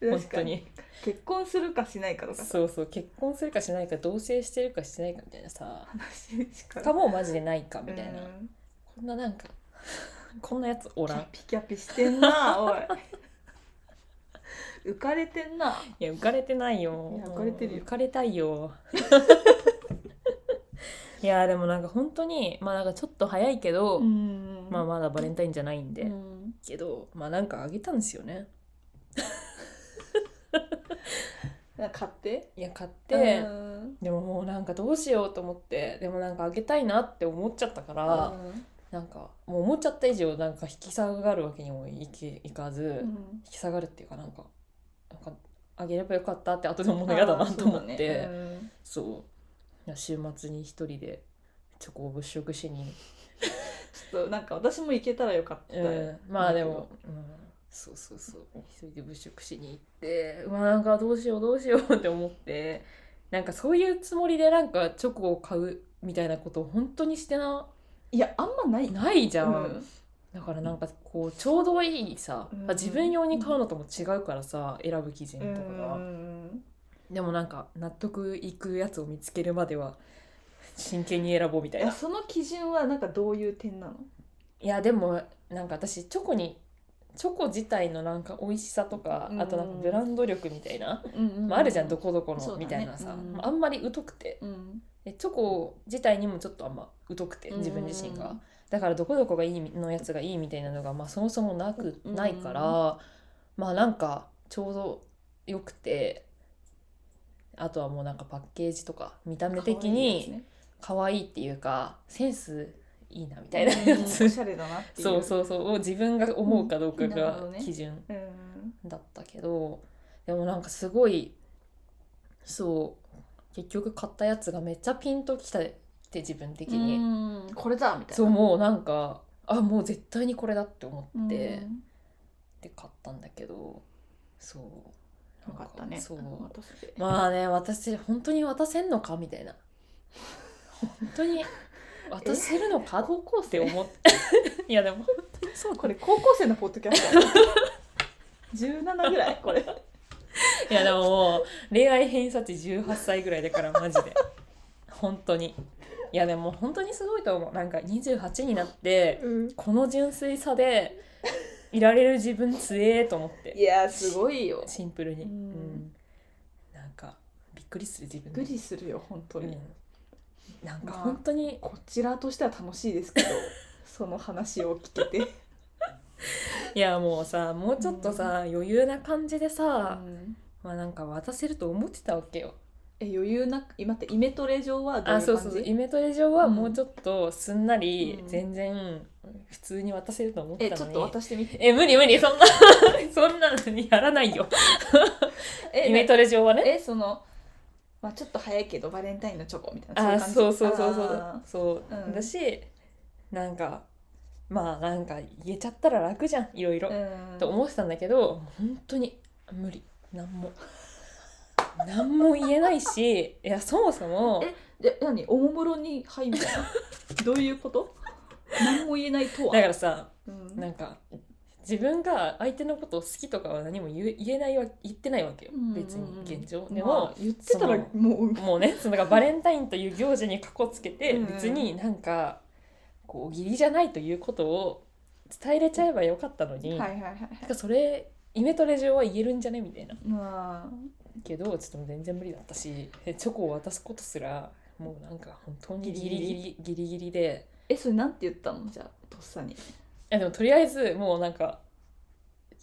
う本
確
当
かに
に
結婚するかしないかとかさ
そうそう結婚するかしないか同棲してるかしてないかみたいなさ
話しか
かもうマジでないかみたいな、
うん
こんななんか こんなやつお
キ
らん
ャピキャピしてんなおい浮かれてんない
や浮かれてないよ
いや浮かれてるよ
浮かれたいよ いやでもなんか本当にまあなんかちょっと早いけど、
ん
まあまだバレンタインじゃないんで、
うん
けどまあなんかあげたんですよね
なんか買って
いや買って、
うん
でももうなんかどうしようと思ってでもなんかあげたいなって思っちゃったから、なんかもう思っちゃった以上なんか引き下がるわけにもいけいかず、
う
引
ん
き下がるっていうかなんかなんかあげればよかったって後で思うの嫌だなと思ってそう,、
あーそうだねうん
いや週末に一人でチョコを物色しに、
ちょっとなんか私も行けたらよかった、
うん、まあでも、うん、そうそうそう一人で物色しに行ってうわなんかどうしようどうしようって思ってなんかそういうつもりでなんかチョコを買うみたいなことを本当にしてない
やあんまない
ないじゃん
うん
だからなんかこうちょうどいいさ、
うん
あ自分用に買うのとも違うからさ選ぶ基準
うん
とかが、でもなんか納得いくやつを見つけるまでは真剣に選ぼうみたい
え
な
その基準はなんかどういう点なの
いやでもなんか私チョコにチョコ自体のなんか美味しさとか、
うん
あとなんかブランド力みたいな、
うんうんうん
まあ、あるじゃんどこどこ
そう
の
だね
みたいなさ、
うん
あんまり疎くて
うん
でチョコ自体にもちょっとあんま疎くて自分自身が、だからどこどこがいいのやつがいいみたいなのが、まあ、そもそもなく
うん
ないから、まあなんかちょうどよくてあとはもうなんかパッケージとか見た目的に可愛いっていうかセンスいいなみたいなやつ、
うんおしゃれだなっていう
そうそうそうを自分が思うかどうか
うんなるほ
が
どね
基準
うん
だったけど、でもなんかすごいそう結局買ったやつがめっちゃピンときたって自分的に。
うんこれだみたいな
そうもうなんかあもう絶対にこれだって思
うん
って、で買ったんだけどそう
よかったね
そう
渡せて
まあね私本当に渡せんのかみたいな本当に渡せるのか 高校生思っていやでも本当にそう
これ高校生のポッドキャストだね17ぐらいこれ
いやでももう恋愛偏差値18歳ぐらいだからマジで本当にいやでも本当にすごいと思うなんか28になってこの純粋さでいられる自分強えと思って
いやすごいよ
シンプルに、
うん
うんなんかびっくりする自分
びっくりするよ本当に
うんなんか
まあ
本当に、
こちらとしては楽しいです けどその話を聞けて
いやもうさもうちょっとさ、余裕な感じでさ、
うん
まあなんか渡せると思ってたわけよ
え余裕なく今ってイメトレ上はどう
あ
いう
そう
感
そう
じ
イメトレ上はもうちょっとすんなり、
うん
全然普通に渡せると思って
え
た
ち
の
ょっ
に
と渡してみて
え無理無理そんな そんなのにやらないよイメ
え
トレ上はね
えそのまあちょっと早いけどバレンタインのチョコみたいな
あそうそうそうそ
あ
うそううんだしなんかまあなんか言えちゃったら楽じゃんいろいろ、
ーうん
と思ってたんだけど本当に無理なんもなんも言えないしいやそもそも
えで何おもむろに「はい」みたいな どういうこと何も言えないとは
だからさ
うん
なんか自分が相手のことを好きとかは何も言え言えないわ言ってないわけよ
うんうんうん
別に現状、で
ま
も
あ、言ってたら
そ
もう
もうねそのバレンタインという行事にかこつけて
うん
別になんかこう義理じゃないということを伝えれちゃえばよかったのに、
はいはいはいはい
なんかそれイメトレ上は言えるんじゃねみたいな
まあ
けどちょっと全然無理だったしえチョコを渡すことすらもうなんか本当にギリギリギリギリで
えそれなんて言ったのじゃあと っさに
いやでもとりあえずもうなんか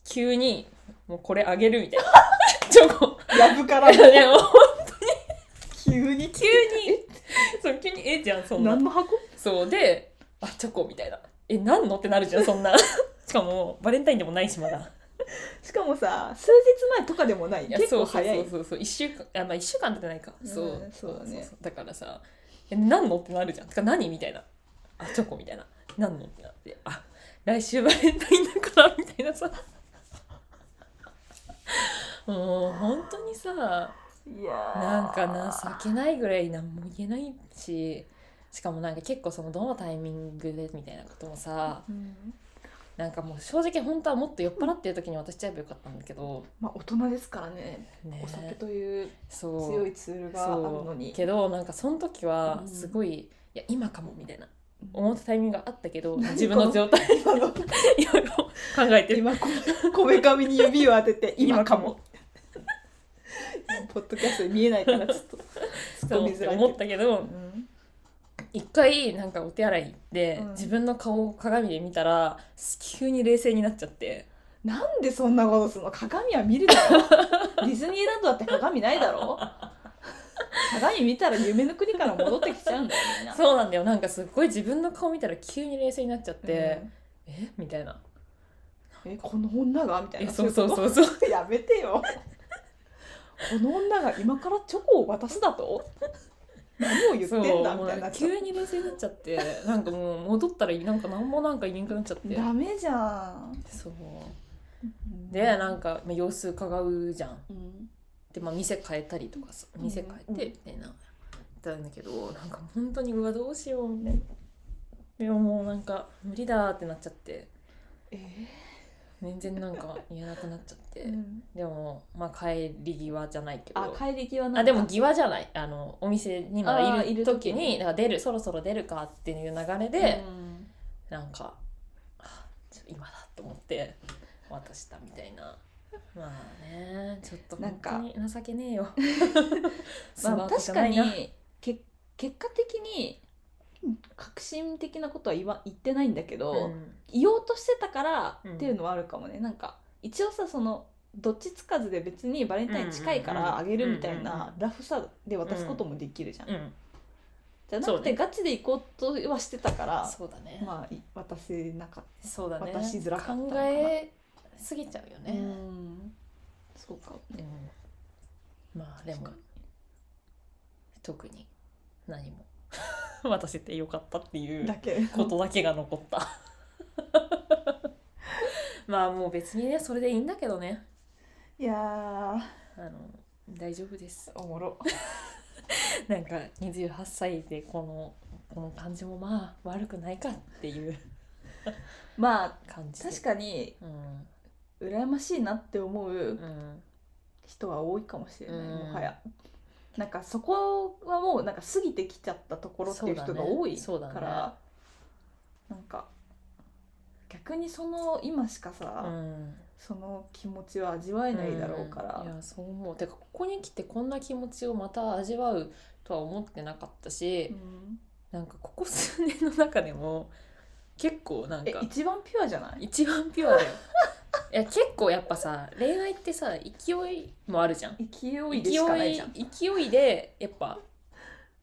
急にもうこれあげるみたいな チョコ
やぶか
い
ら
や でも
急に
急にそう急にえじゃんそんな
何の箱
そうであチョコみたいなえ何のってなるじゃんそんな しかもバレンタインでもないしまだ
しかもさ数日前とかでもない
いや
結構早い
そうそうそうそう1週間あまあ1週間経ってないかそう,、
うんそうだね
うだからさ「え何の?」ってなるじゃんてか何みたいな「あチョコ」みたいな「何の?」ってなって「あ来週バレンタインだから」みたいなさ もう本当にさ
いやー
なんかな避けないぐらい何も言えないししかもなんか結構そのどのタイミングでみたいなこともさ
うん
なんかもう正直本当はもっと酔っ払ってる時に渡しちゃえばよかったんだけど、
まあ大人ですからね
ね、
お酒という
そう
強いツールがあるのに
けどなんかその時は
うん
すごい、いや今かもみたいな
うん
思ったタイミングがあったけど
何
自分の状態い
今の
ろいろ考えてる
今こ こめかみに指を当てて今かもポッドキャストで見えないからちょっと
と
突っ込みづらいけど
思ったけど
うん
一回なんかお手洗い行って、
うん
自分の顔を鏡で見たら急に冷静になっちゃって
なんでそんなことするの鏡は見るだろディズニーランドだって鏡ないだろ鏡見たら夢の国から戻ってきちゃうんだよみんな。
そうなんだよなんかすっごい自分の顔見たら急に冷静になっちゃって、えみたいな
うんえこの女がみたい
え
な
そうそうそうそう
うやめてよこの女が今からチョコを渡すだと何を言って
そ
ん
う
だ
も
み
うないん
たにな
か
っちゃう
急に冷静になっちゃってなんかもう戻ったらなんか何もなんか言えなくなっちゃって
ダメじゃん
そうでなんかまあ様子伺うじゃん
うん
で、まあ、店変えたりとかさ
うん
店変えてみたいな、だんだけどなんか本当にうわどうしようみたいなでももうなんか無理だーってなっちゃって
え
全然なんか言えなくなっちゃって、
ーうん
でもまあ帰り際じゃないけど
あ帰り際なんだ
あでも際じゃないあのお店にま
あ
だ
ー
い
い
る
る時
時
に
にだから出るそろそろ出るかっていう流れで、
うん
なんかあちょっと今だと思って渡したみたいなまあねちょっと
なん
本
か
当に情けねえよス
ま
マ
あ、
ートじ
確
ゃ
か
ないな
にけ結果的に革新的なことは言わ言ってないんだけど、
うん
言おうとしてたから
うん
っていうのはあるかもね、なんか一応さそのどっちつかずで別にバレンタイン近いか
うんうんう
ら
ん
あげるみた
う
い
んうん
なラフさで渡すこともできるじゃん、
うん
じゃなく
そう
て
ね
ガチで行こうとはしてたから、
そうだね、
まあい渡せなかっ
そうだね
渡しづらかったの
考
かな
えすぎちゃうよ
た、
ね、
うんそうかもね
うんまあでも
確か
特に何も 渡せてよかったっていう
だけ
ことだけが残った まあもう別にねそれでいいんだけどね
いやー
あの大丈夫です
おもろ
なんか28歳でこのこの感じもまあ悪くないかっていう
まあ
感じで
確かに
うん
羨ましいなって思う
うん
人は多いかもしれない、
うん
もはやなんかそこはもうなんか過ぎてきちゃったところっていう人が多いか
そうだ
ら、
ね
なんか逆にその今しかさ、
うん
その気持ちは味わえないだろうから、
んいやそう思うてかここに来てこんな気持ちをまた味わうとは思ってなかったし、
うん
なんかここ数年の中でも結構なん
え
か
一番ピュアじゃない
一番ピュアだよいや結構やっぱさ恋愛ってさ勢いもあるじゃん
勢
勢
いでしかないじゃん
い勢いでやっぱ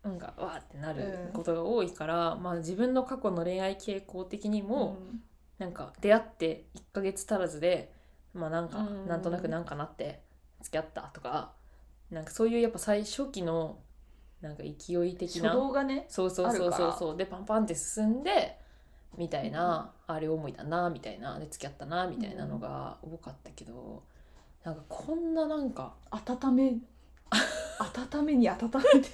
なんかわーってなることが多いから、まあ自分の過去の恋愛傾向的にも、
うん
なんか出会って1ヶ月足らずでまあなんか
うん
なんとなくなんかなって付き合ったとかなんかそういうやっぱ最初期のなんか勢い的
初
な
動がね
そうそうそう
あ
そ
る
う
か
そうでパンパンって進んでみたいな、あれ思いだなみたいなで付き合ったなみたいなのが多かったけど、なんかこんななんか
温め温めに温めて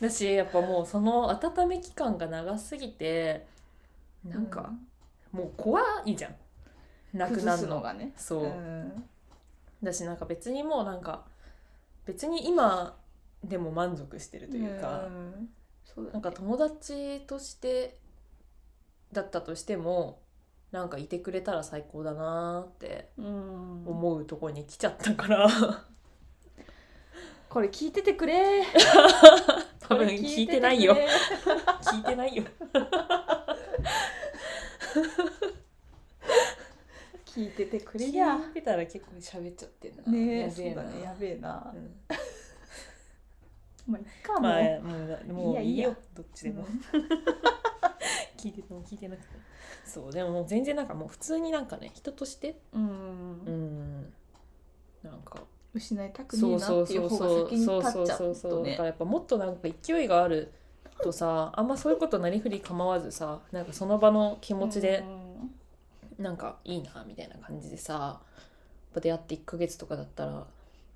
だしやっぱもうその温め期間が長すぎてなんかもう怖いじゃん
う
なく
崩
な
す
る
の
のが
がね
そう、
うん
だしなんか別にもうなんか別に今でも満足してるというか、
んそうだね
なんか友達としてだったとしてもなんかいてくれたら最高だなーって
うん
思うとこに来ちゃったから
これ聞いててくれ
多分聞いてないよ
これ聞いてて
聞いてないよ
くれ聞いててくれ
聞
りゃ
いてたら結構喋っちゃってんな
ねえ
や
そ
べえ
う
な
だねやべえな
う、ん
まあいっかもう、
まあもうもうい
い
い
いやいい
よ
や
どっちでも聞いてても聞いてなくてもそうでももう全然なんかもう普通になんかね人として
うん、
うんなんか
失いたくね
そ
え
うそ
なっ
う
てい
そうう
方
そ
が
う
先に
そう
立
そ
っ
う
ちゃ
そううそ
と
うだから
ね
やっぱもっとなんか勢いがあるとさあんまそういうことなりふり構わずさなんかその場の気
気
持ちでなんかいいなみたいな感じでさやっぱ出会って1ヶ月とかだったら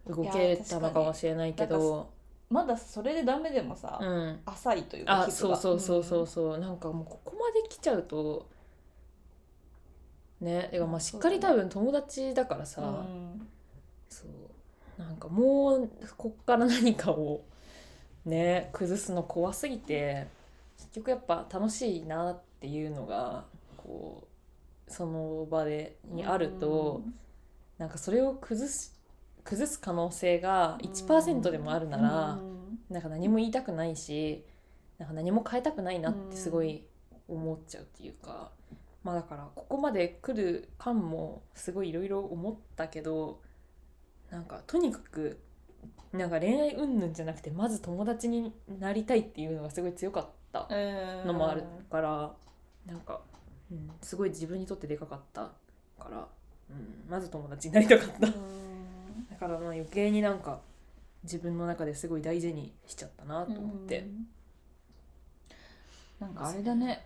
動けたのかもしれないけど
まだそれでダメでもさ、
うん
浅いというか
あそうそうそうそう
そ
そう、なんかもうここまで来ちゃうとねてかまあし
そ
っ
う
か
だね
り多分友達だからさ、
うん
そうなんかもうこっから何かをね崩すの怖すぎて結局やっぱ楽しいなっていうのがこうその場でにあると、なんかそれを崩す崩す可能性が1%でもあるなら、
うん
なんか何も言いたくないしなんか何も変えたくないなってすごい思っちゃうっていうか、まあだからここまで来る感もすごいいろいろ思ったけどなんかとにかくなんか恋愛云々じゃなくてまず友達になりたいっていうのがすごい強かったの
の
もあるからなんか、うん、すごい自分にとってでかかったから、うん、まず友達になりたかった。だからまあ余計になんか自分の中ですごい大事にしちゃったなと思って、
なんかあれだね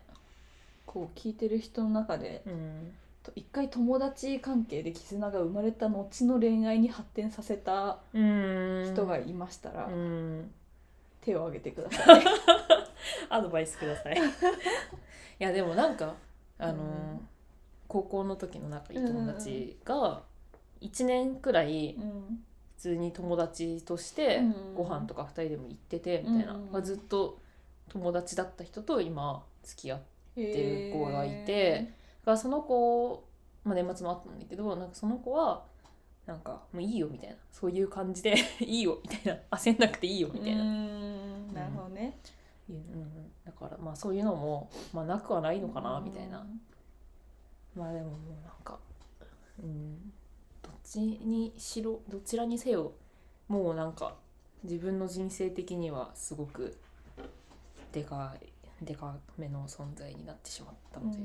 こう聞いてる人の中で
うん
と一回友達関係で絆が生まれた後の恋愛に発展させた
うん
人がいましたら、
うん
手を挙げてください、ね、
アドバイスくだ さいいやでもなんかあの、
うん
高校の時の仲いい友達が1年くらい普通に友達として
うん
ご飯とか2人でも行っててみたいな、
うん
まあずっと友達だった人と今付き合って
って
いう子がいてがその子、まあ、年末もあったんだけどなんかその子はなんかもういいよみたいなそういう感じで いいよみたいな焦んなくていいよみたいな,、
なるほどね、
うんうんだからまあそういうのも、まあ、なくはないのかなみたいな、まあでももうなんか、うん、どっちにしろどちらにせよもうなんか自分の人生的にはすごくでかいでかめの存在になってしまったので、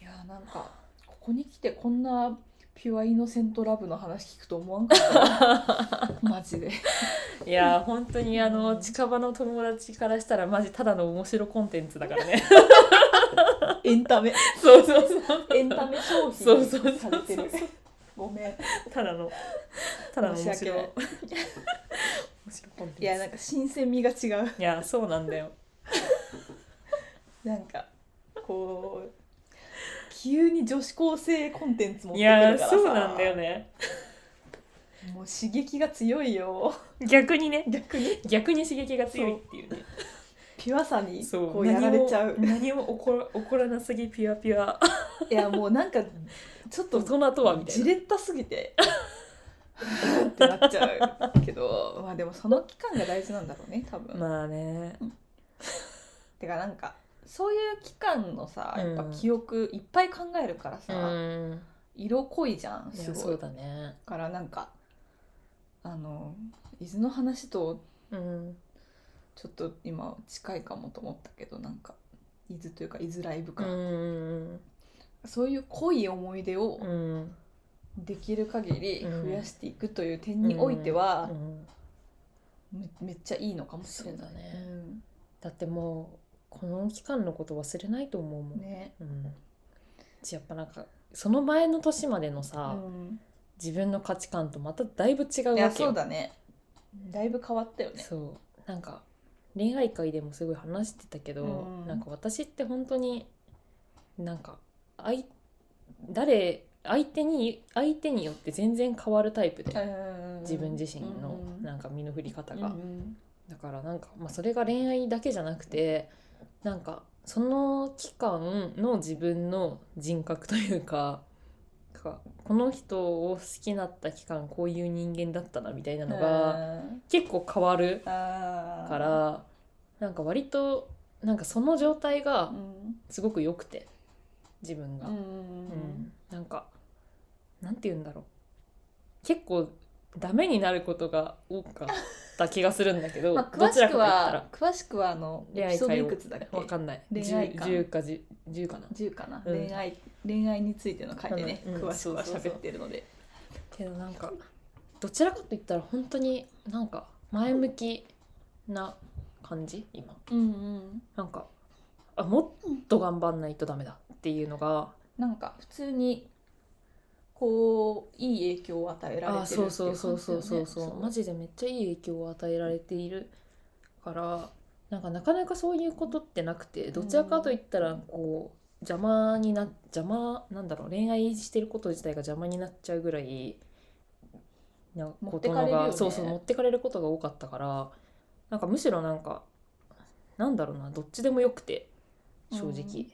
いやなんかここに来てこんなピュアイノセントラブの話聞くと思わんか ったなマジで
いやー本当にあの近場の友達からしたらマジただの面白コンテンツだからね
エンタメ
そうそうそう
エンタメ商
そう
品
そうそう
されてるごめん
ただのただの面
申し
白
訳ない
面白コンテンツ
いやなんか新鮮味が違う
いやそうなんだよ
なんかこう急に女子高生コンテンツ持っ
い
てくるから
や
さ
そうなんだよね
もう刺激が強いよ
逆にね
逆に
逆に刺激が強いっていうね
ピュアさに
そう
こうやられちゃう
何も何も起こら起こらなすぎピュアピュア
いやもうなんかちょっと
大人とはみたい
じ
な
れったすぎて ってなっちゃうけどまあでもその期間が大事なんだろうね多分、
まあね
てかなんかそういう期間のさ
う
や
ん
っぱ記憶いっぱい考えるから
う
さ、
ん
色濃いじゃん
い
す
や
ご
そ
いう
だね
からなんかあの伊豆の話と
うん
ちょっと今近いかもと思ったけどなんか伊豆というか伊豆ライブ
う
か、
ん
そういう濃い思い出を
うん
できる限り
うん
増やしていくという点においては、
うん
めめっちゃいいのかもしれない
そうだねだってもうこの期間のこと忘れないと思うも
うん
ん、
ね
うん、しやっぱなんかその前の年までの
う
さ、
ん
自分の価値観とまただいぶ違うわ
い
けよ
やそうだねだいぶ変わったよね
そうなんか恋愛界でもすごい話してたけど、
うん
なんか私って本当になんかあい誰相手に相手によって全然変わるタイプで、
うん
自分自身の
うん
なんか身の振り方
うん
が、
うん
だからなんか、まあ、それが恋愛だけじゃなくてなんかその期間の自分の人格というかかこの人を好きになった期間こういう人間だったなみたいなのが
うん
結構変わる
あー
からなんか割となんかその状態が
うん
すごく良くて自分が、
うん
うんなんかなんて言うんだろう結構ダメになることが多かった気がするんだけど、
まあ
ど
詳
ち
し
らかと
く
言ったら
は詳しくはあの
恋
エピ
愛
ソー
会
ド
を
いくつだっけ
わかんない。
恋
十
愛観
十か十十かな。
10かな、
うん
恋愛恋愛についての回でね、
うんうん
詳しくは
そうそうそう
喋ってるので
けどなんかどちらかと言ったら本当になんか前向きな感じ今
うんうん
なんかあもっと頑張んないとダメだっていうのが
なんか普通にこういい影響を与えられてる
あ
ってい
そうそうそうそうそう
感じだ
そ
よ
う
ね
マジでめっちゃいい影響を与えられているからなんかなかなかそういうことってなくてどちらかといったらこう邪魔にな邪魔なんだろう恋愛してること自体が邪魔になっちゃうぐらいなこと
持ってかれ
の
るよ
が、
ね
そうそう持ってかれることが多かったからなんかむしろなんかなんだろうなどっちでもよくて正直、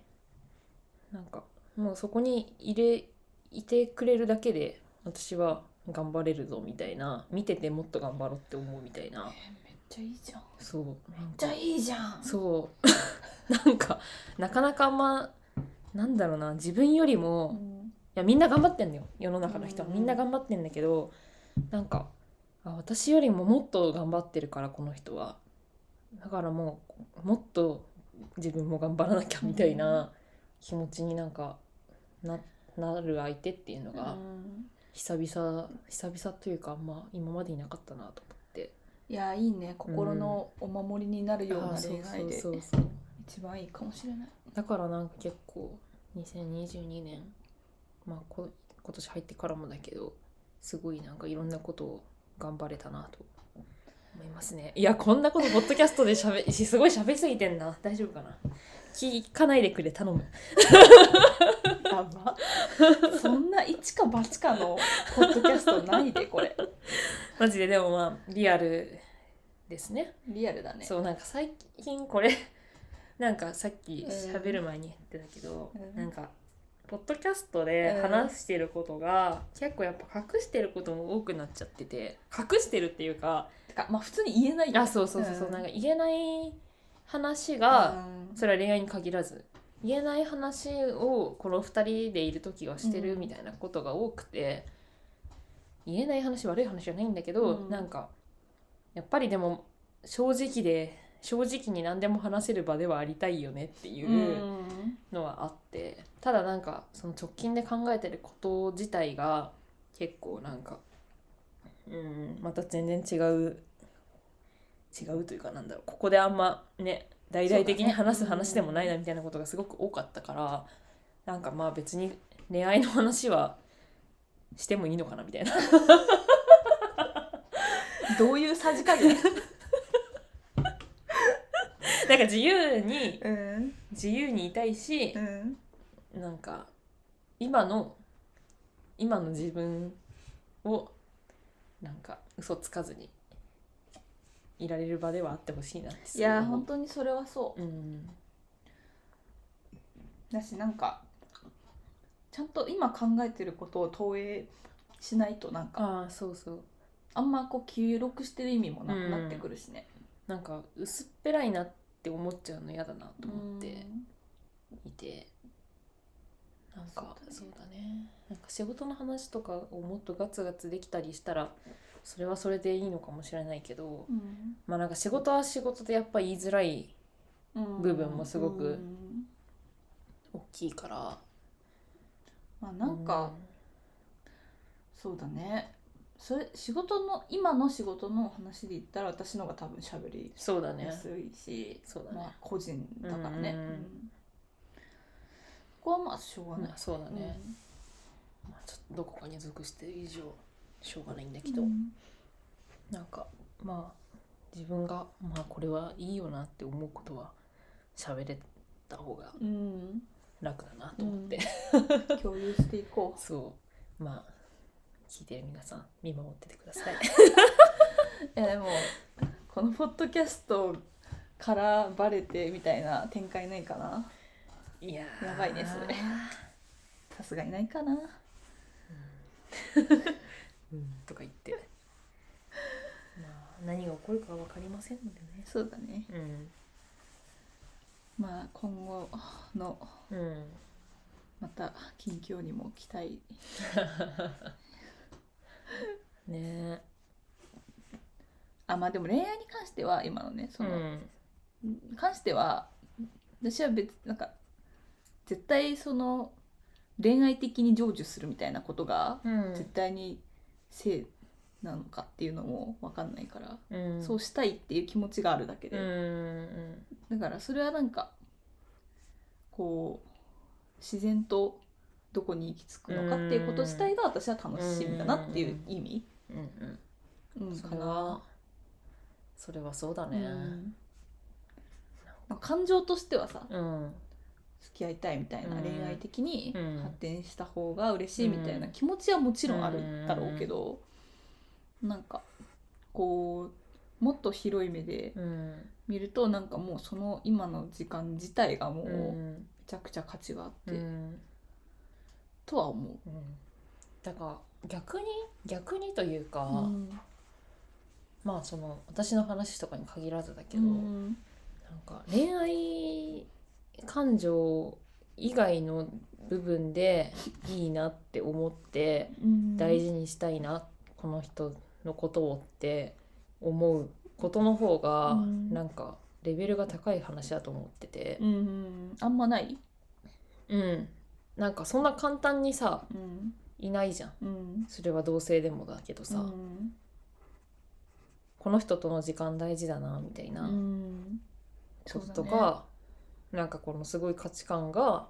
なんかもうそこに入れいてくれるだけで私は頑張れるぞみたいな見ててもっと頑張ろうって思うみたいな
めっちゃいいじゃんめっ
そうなん
ち
か
ゃいいじゃ ん
そうなんかなかなかあんまなんだろうな自分よりも、い
うん
やみんな頑張ってんのよ世の中の人は、
うん
みんな頑張ってんだけどなんかあ私よりももっと頑張ってるからこの人はだからもうもっと自分も頑張らなきゃみたいな気持ちになんかななる相手っていうのが
うん
久々久々というか、まあ、今までいなかったなと思って
いやいいね心のお守りになるような恋愛で
そうそうそう
一番いいかもしれない。
だからなんか結構2022年まあこ今年入ってからもだけどすごいなんかいろんなことを頑張れたなと思いますねいやこんなことポッドキャストでしゃべしすごい喋り すぎてんな大丈夫かな聞かないでくれ頼む
やばそんな一か八かのポッドキャストないでこれ
マジででもまあリアルですね
リアルだね
そうなんか最近これ なんかさっき
うん
喋る前に言ってたけど、
うん
なんかポッドキャストで話してることが、結構やっぱ隠してることも多くなっちゃってて隠してるっていうか
てかまあ普通に言えないよ
あそうそうそうそう、
うん
なんか言えない話が、
うん
それは恋愛に限らず言えない話をこの2人でいる時はしてるみたいなことが多くて、言えない話悪い話じゃないんだけど、
うん
なんかやっぱりでも正直で正直に何でも話せる場ではありたいよねっていううんのはあって、ただなんかその直近で考えてること自体が結構なんかうんまた全然違う違うというかなんだろうここであんまね大々的に話す話でもないなみたいなことがすごく多かったから、なんかまあ別に恋愛の話はしてもいいのかなみたいな
どういうさじ加減、
なんか自由に
うん
自由にいたいし
う、ん、
なんか今の今の自分をなんか嘘つかずにいられる場ではあってほしいなって
いや
すごい
本当にそれはそ
うん
うだしなんかちゃんと今考えてることを投影しないとなんか
ああそうそう
あんまこう記録してる意味もなくなってくるしね、
なんか薄っぺらいなって思っちゃうの嫌だなと思っ
う
て
ん
いて、なんか
そ
そううだねなんか仕事の話とかをもっとガツガツできたりしたらそれはそれでいいのかもしれないけど
うん
まあなんか仕事は仕事でやっぱ言いづらい
うん
部分もすごく
うん
大きいから
まあ、なんか、そうだねそれ仕事の今の仕事の話で言ったら私の方が多分しゃべり
そうだね
や。すいし、
そうだ
ま
ね
あ。個人だからね、
うん
うんここはまあしょうがない
まあ、、そうだね。
うん
まあ、ちょっとどこかに属してる以上、しょうがないんだけど、
うん
なんか、まあ、自分が、まあ、これはいいよなって思うことは、喋れた方が
うん
楽だなと思って。
共有していこ
そう。まあ、聞いてる皆さん、見守っててくだ さい。
ういやでもこのポッドキャストからバレてみたいな展開ないかない
やー
やばいねそれさすがにないかな
うん、とか言って。まあ、何が起こるかわかりませんのでね。
そうだね
うん。
まあ今後の
うん。
また近況にも期待
ね
あまあでも恋愛に関しては今のね
え。
そうの、
ん。
関しては私は別なんか絶対その恋愛的に成就するみたいなことが
うん
絶対に性なのかっていうのも分かんないから、
うん、
そうしたいっていう気持ちがあるだけ
う
で、
んうん
だからそれはなんかこう自然とどこに行き着くのかっていうこと自体が私は楽しみだなっていう意味、
うんうん
うん
それはそれはそうだ
かな、う
ね
んなんか感情としてはさ
うん
付き合いたいみたいな、
うん
恋愛的に
うん
発展した方が嬉しいみたいな
うん
気持ちはもちろんあるだろうけど、なんかこうもっと広い目で
うん
見るとなんかもうその今の時間自体がもう
う
め
ん
ちゃくちゃ価値があって、
うん
とは思
う
う。
んだから逆に逆にというか、
うん
まあその私の話とかに限らずだけ
う
ど、
ん
なんか恋愛感情以外の部分でいいなって思って大事にしたいなこの人のことをって思うことの方が
うん
なんかレベルが高い話だと思ってて
うんうんあんまない
うんなんかそんな簡単にさ
うん
いないじゃん
うん
それは同性でもだけどさ、
うん
この人との時間大事だなみたいな
うん
こととか、なんかこのすごい価値観が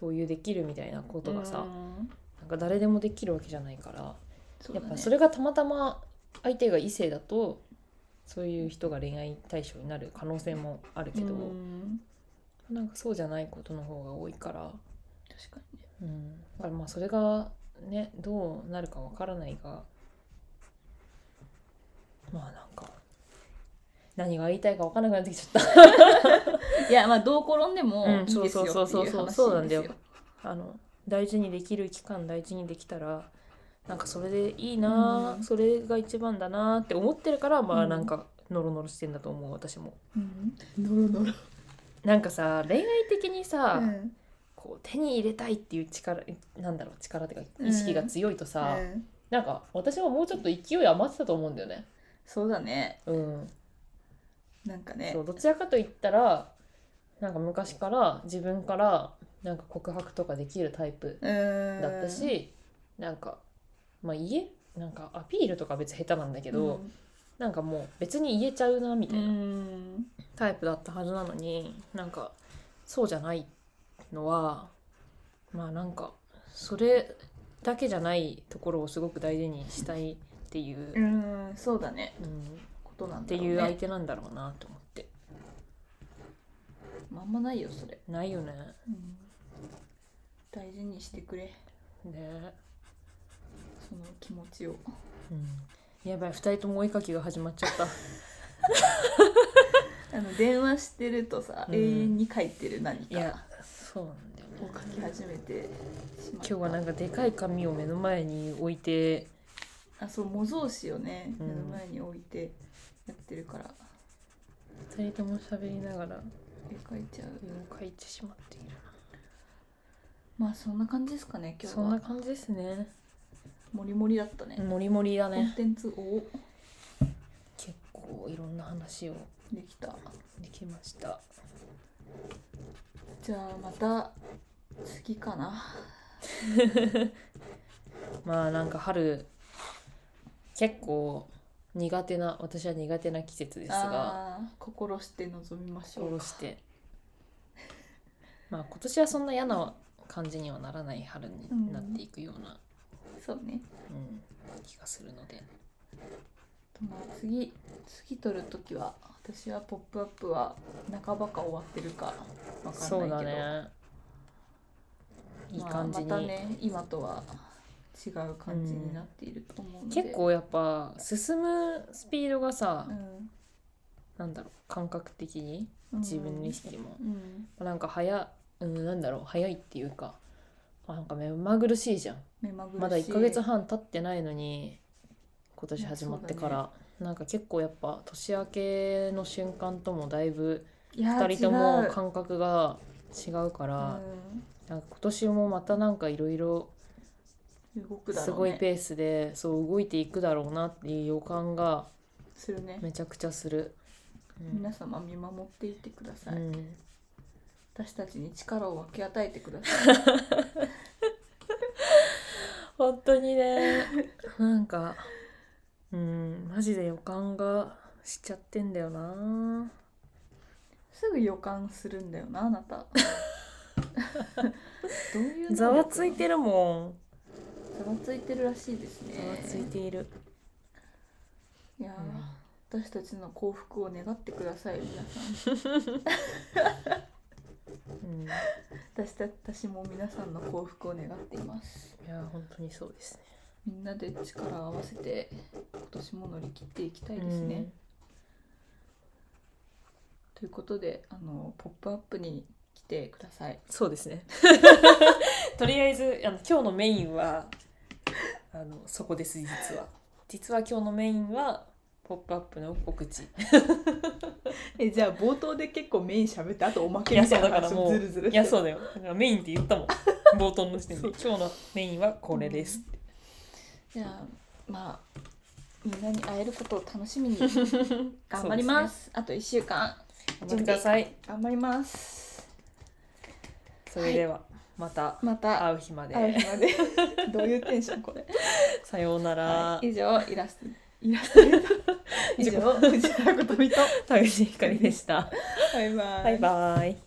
共有できるみたいなことがさ、
うん
なんか誰でもできるわけじゃないから、
そう
や
だ
っ
ね
ぱそれがたまたま相手が異性だとそういう人が恋愛対象になる可能性もあるけど、
うん
なんかそうじゃないことの方が多いから、
確かにね
うん、だからまあそれがねどうなるかわからないがまあなんか何が言いたいかわからなくなってきちゃった
いやまあどう転んでも
うん
いいですよって
そうそう
い
そうそう
う
そうな
話
ん
で
だ
す
よ
よ。
あの大事にできる期間大事にできたらなんかそれでいいなあ、
うん
それが一番だなあって思ってるからまあ
うん
なんかノロノロしてんだと思う私も。
うんノロノロ。
なんかさ恋愛的にさ、
うん
こう手に入れたいっていう力なんだろう力っていうか
うん
意識が強いとさ、
うん
なんか私はもうちょっと勢い余ってたと思うんだよね。
そうだね。
うん、
なんかね
そう。どちらかといったらなんか昔から自分からなんか告白とかできるタイプ
うん
だったし、なんか、まあ、家なんかアピールとか別に下手なんだけど、なんかもう別に言えちゃうなみ
う
たいなんタイプだったはずなのに、なんかそうじゃないのはまあなんかそれだけじゃないところをすごく大事にしたいっていう、
う
うん
んそうだね。ことなん
っ
だ
て
ろうね。
いう相手なんだろうなと思って
まああんまないよそれ。
ないよね。
うん大事にしてくれ
ね、
その気持ちを。
うん、やばい2人ともお絵かきが始まっちゃ った。
あの電話してるとさ、
うん
永遠に書いてる何
いや
か
そうなんだよね
を書き始めてしまった。
今日はなんかでかい紙を目の前に置いて
あそう模造紙をね
うん
目の前に置いてやってるから
2人とも喋りながら
絵描いちゃう。
絵を描いてしまっている
まあそんな感じですかね今日
そんな
は。
感じですね
もりもりだったね。
モリモリだ
コン
ね
テンツを
結構いろんな話を
できた。
できました
じゃあまた次かな。
まあなんか春結構苦手な私は苦手な季節ですが
あー心して臨みましょ
下
う
ろ。してまあ今年はそんな嫌な感じにはならない春になっていくような、
そうね。
うん気がするので
まあ次次撮るときは私はポップアップは半ばか終わってるかわかんないけど。
そうだねいい
まあ
感じに、
またね今とは違う感じになっていると思うので。
結。構やっぱ進むスピードがさ、
うん。
なんだろう感覚的に自分の意識も
う、ん。
なんか早、うん、なんだろう早いっていうかあなんか目まぐるしいじゃん
目まぐるしい。
まだ1ヶ月半経ってないのに今年始まってから、
い
なんか結構やっぱ年明けの瞬間ともだいぶ
いやー
2人とも
違う
感覚が違うからなんか今年もまたなんかいろいろ
うん、動くだ
す
ろう
ごい
ね。
ペースでそう動いていくだろうなっていう予感が
するね。
めちゃくちゃする。うん
皆様見守っていてください。
うん
私たちに力を分け与えてください。
本当にね なんかうんマジで予感がしちゃってんだよな
すぐ予感するんだよなあな た。どういう能力なの
ざわついてるも
ざわついてるらしいです
ん
ね
ざ。わついている、
いやー、私たちの幸福を願ってください皆さん。
うん、い
私た私も皆さんの幸福を願っています。
や本当にそうですね
みんなで力を合わせて今年も乗り切っていきたいですね。ということであのポップアップに来てください。
そうです ねとりあえずあの今日のメインはあのそこです実は実は今日のメインはポップアップの告知。い
えじゃあ冒頭で結構メイン喋ってあとおまけみたいな話をずる ずる
や、
う
そうだよ。だからメインって言ったもん。 冒頭の時点で。今日のメインはこれです。
じゃあまあみんなに会えることを楽しみ に頑張りますあと1週間
そうですね。頑張ってください。
頑張ります
それでは、また
また
会う日ま
会う
で。
日まで どういうテンションこれ
さようなら
は。い、以上イラストイラストレーター 以
以上
上藤原琴美と
田口ひかりでした。
バイバイ
バイバイ。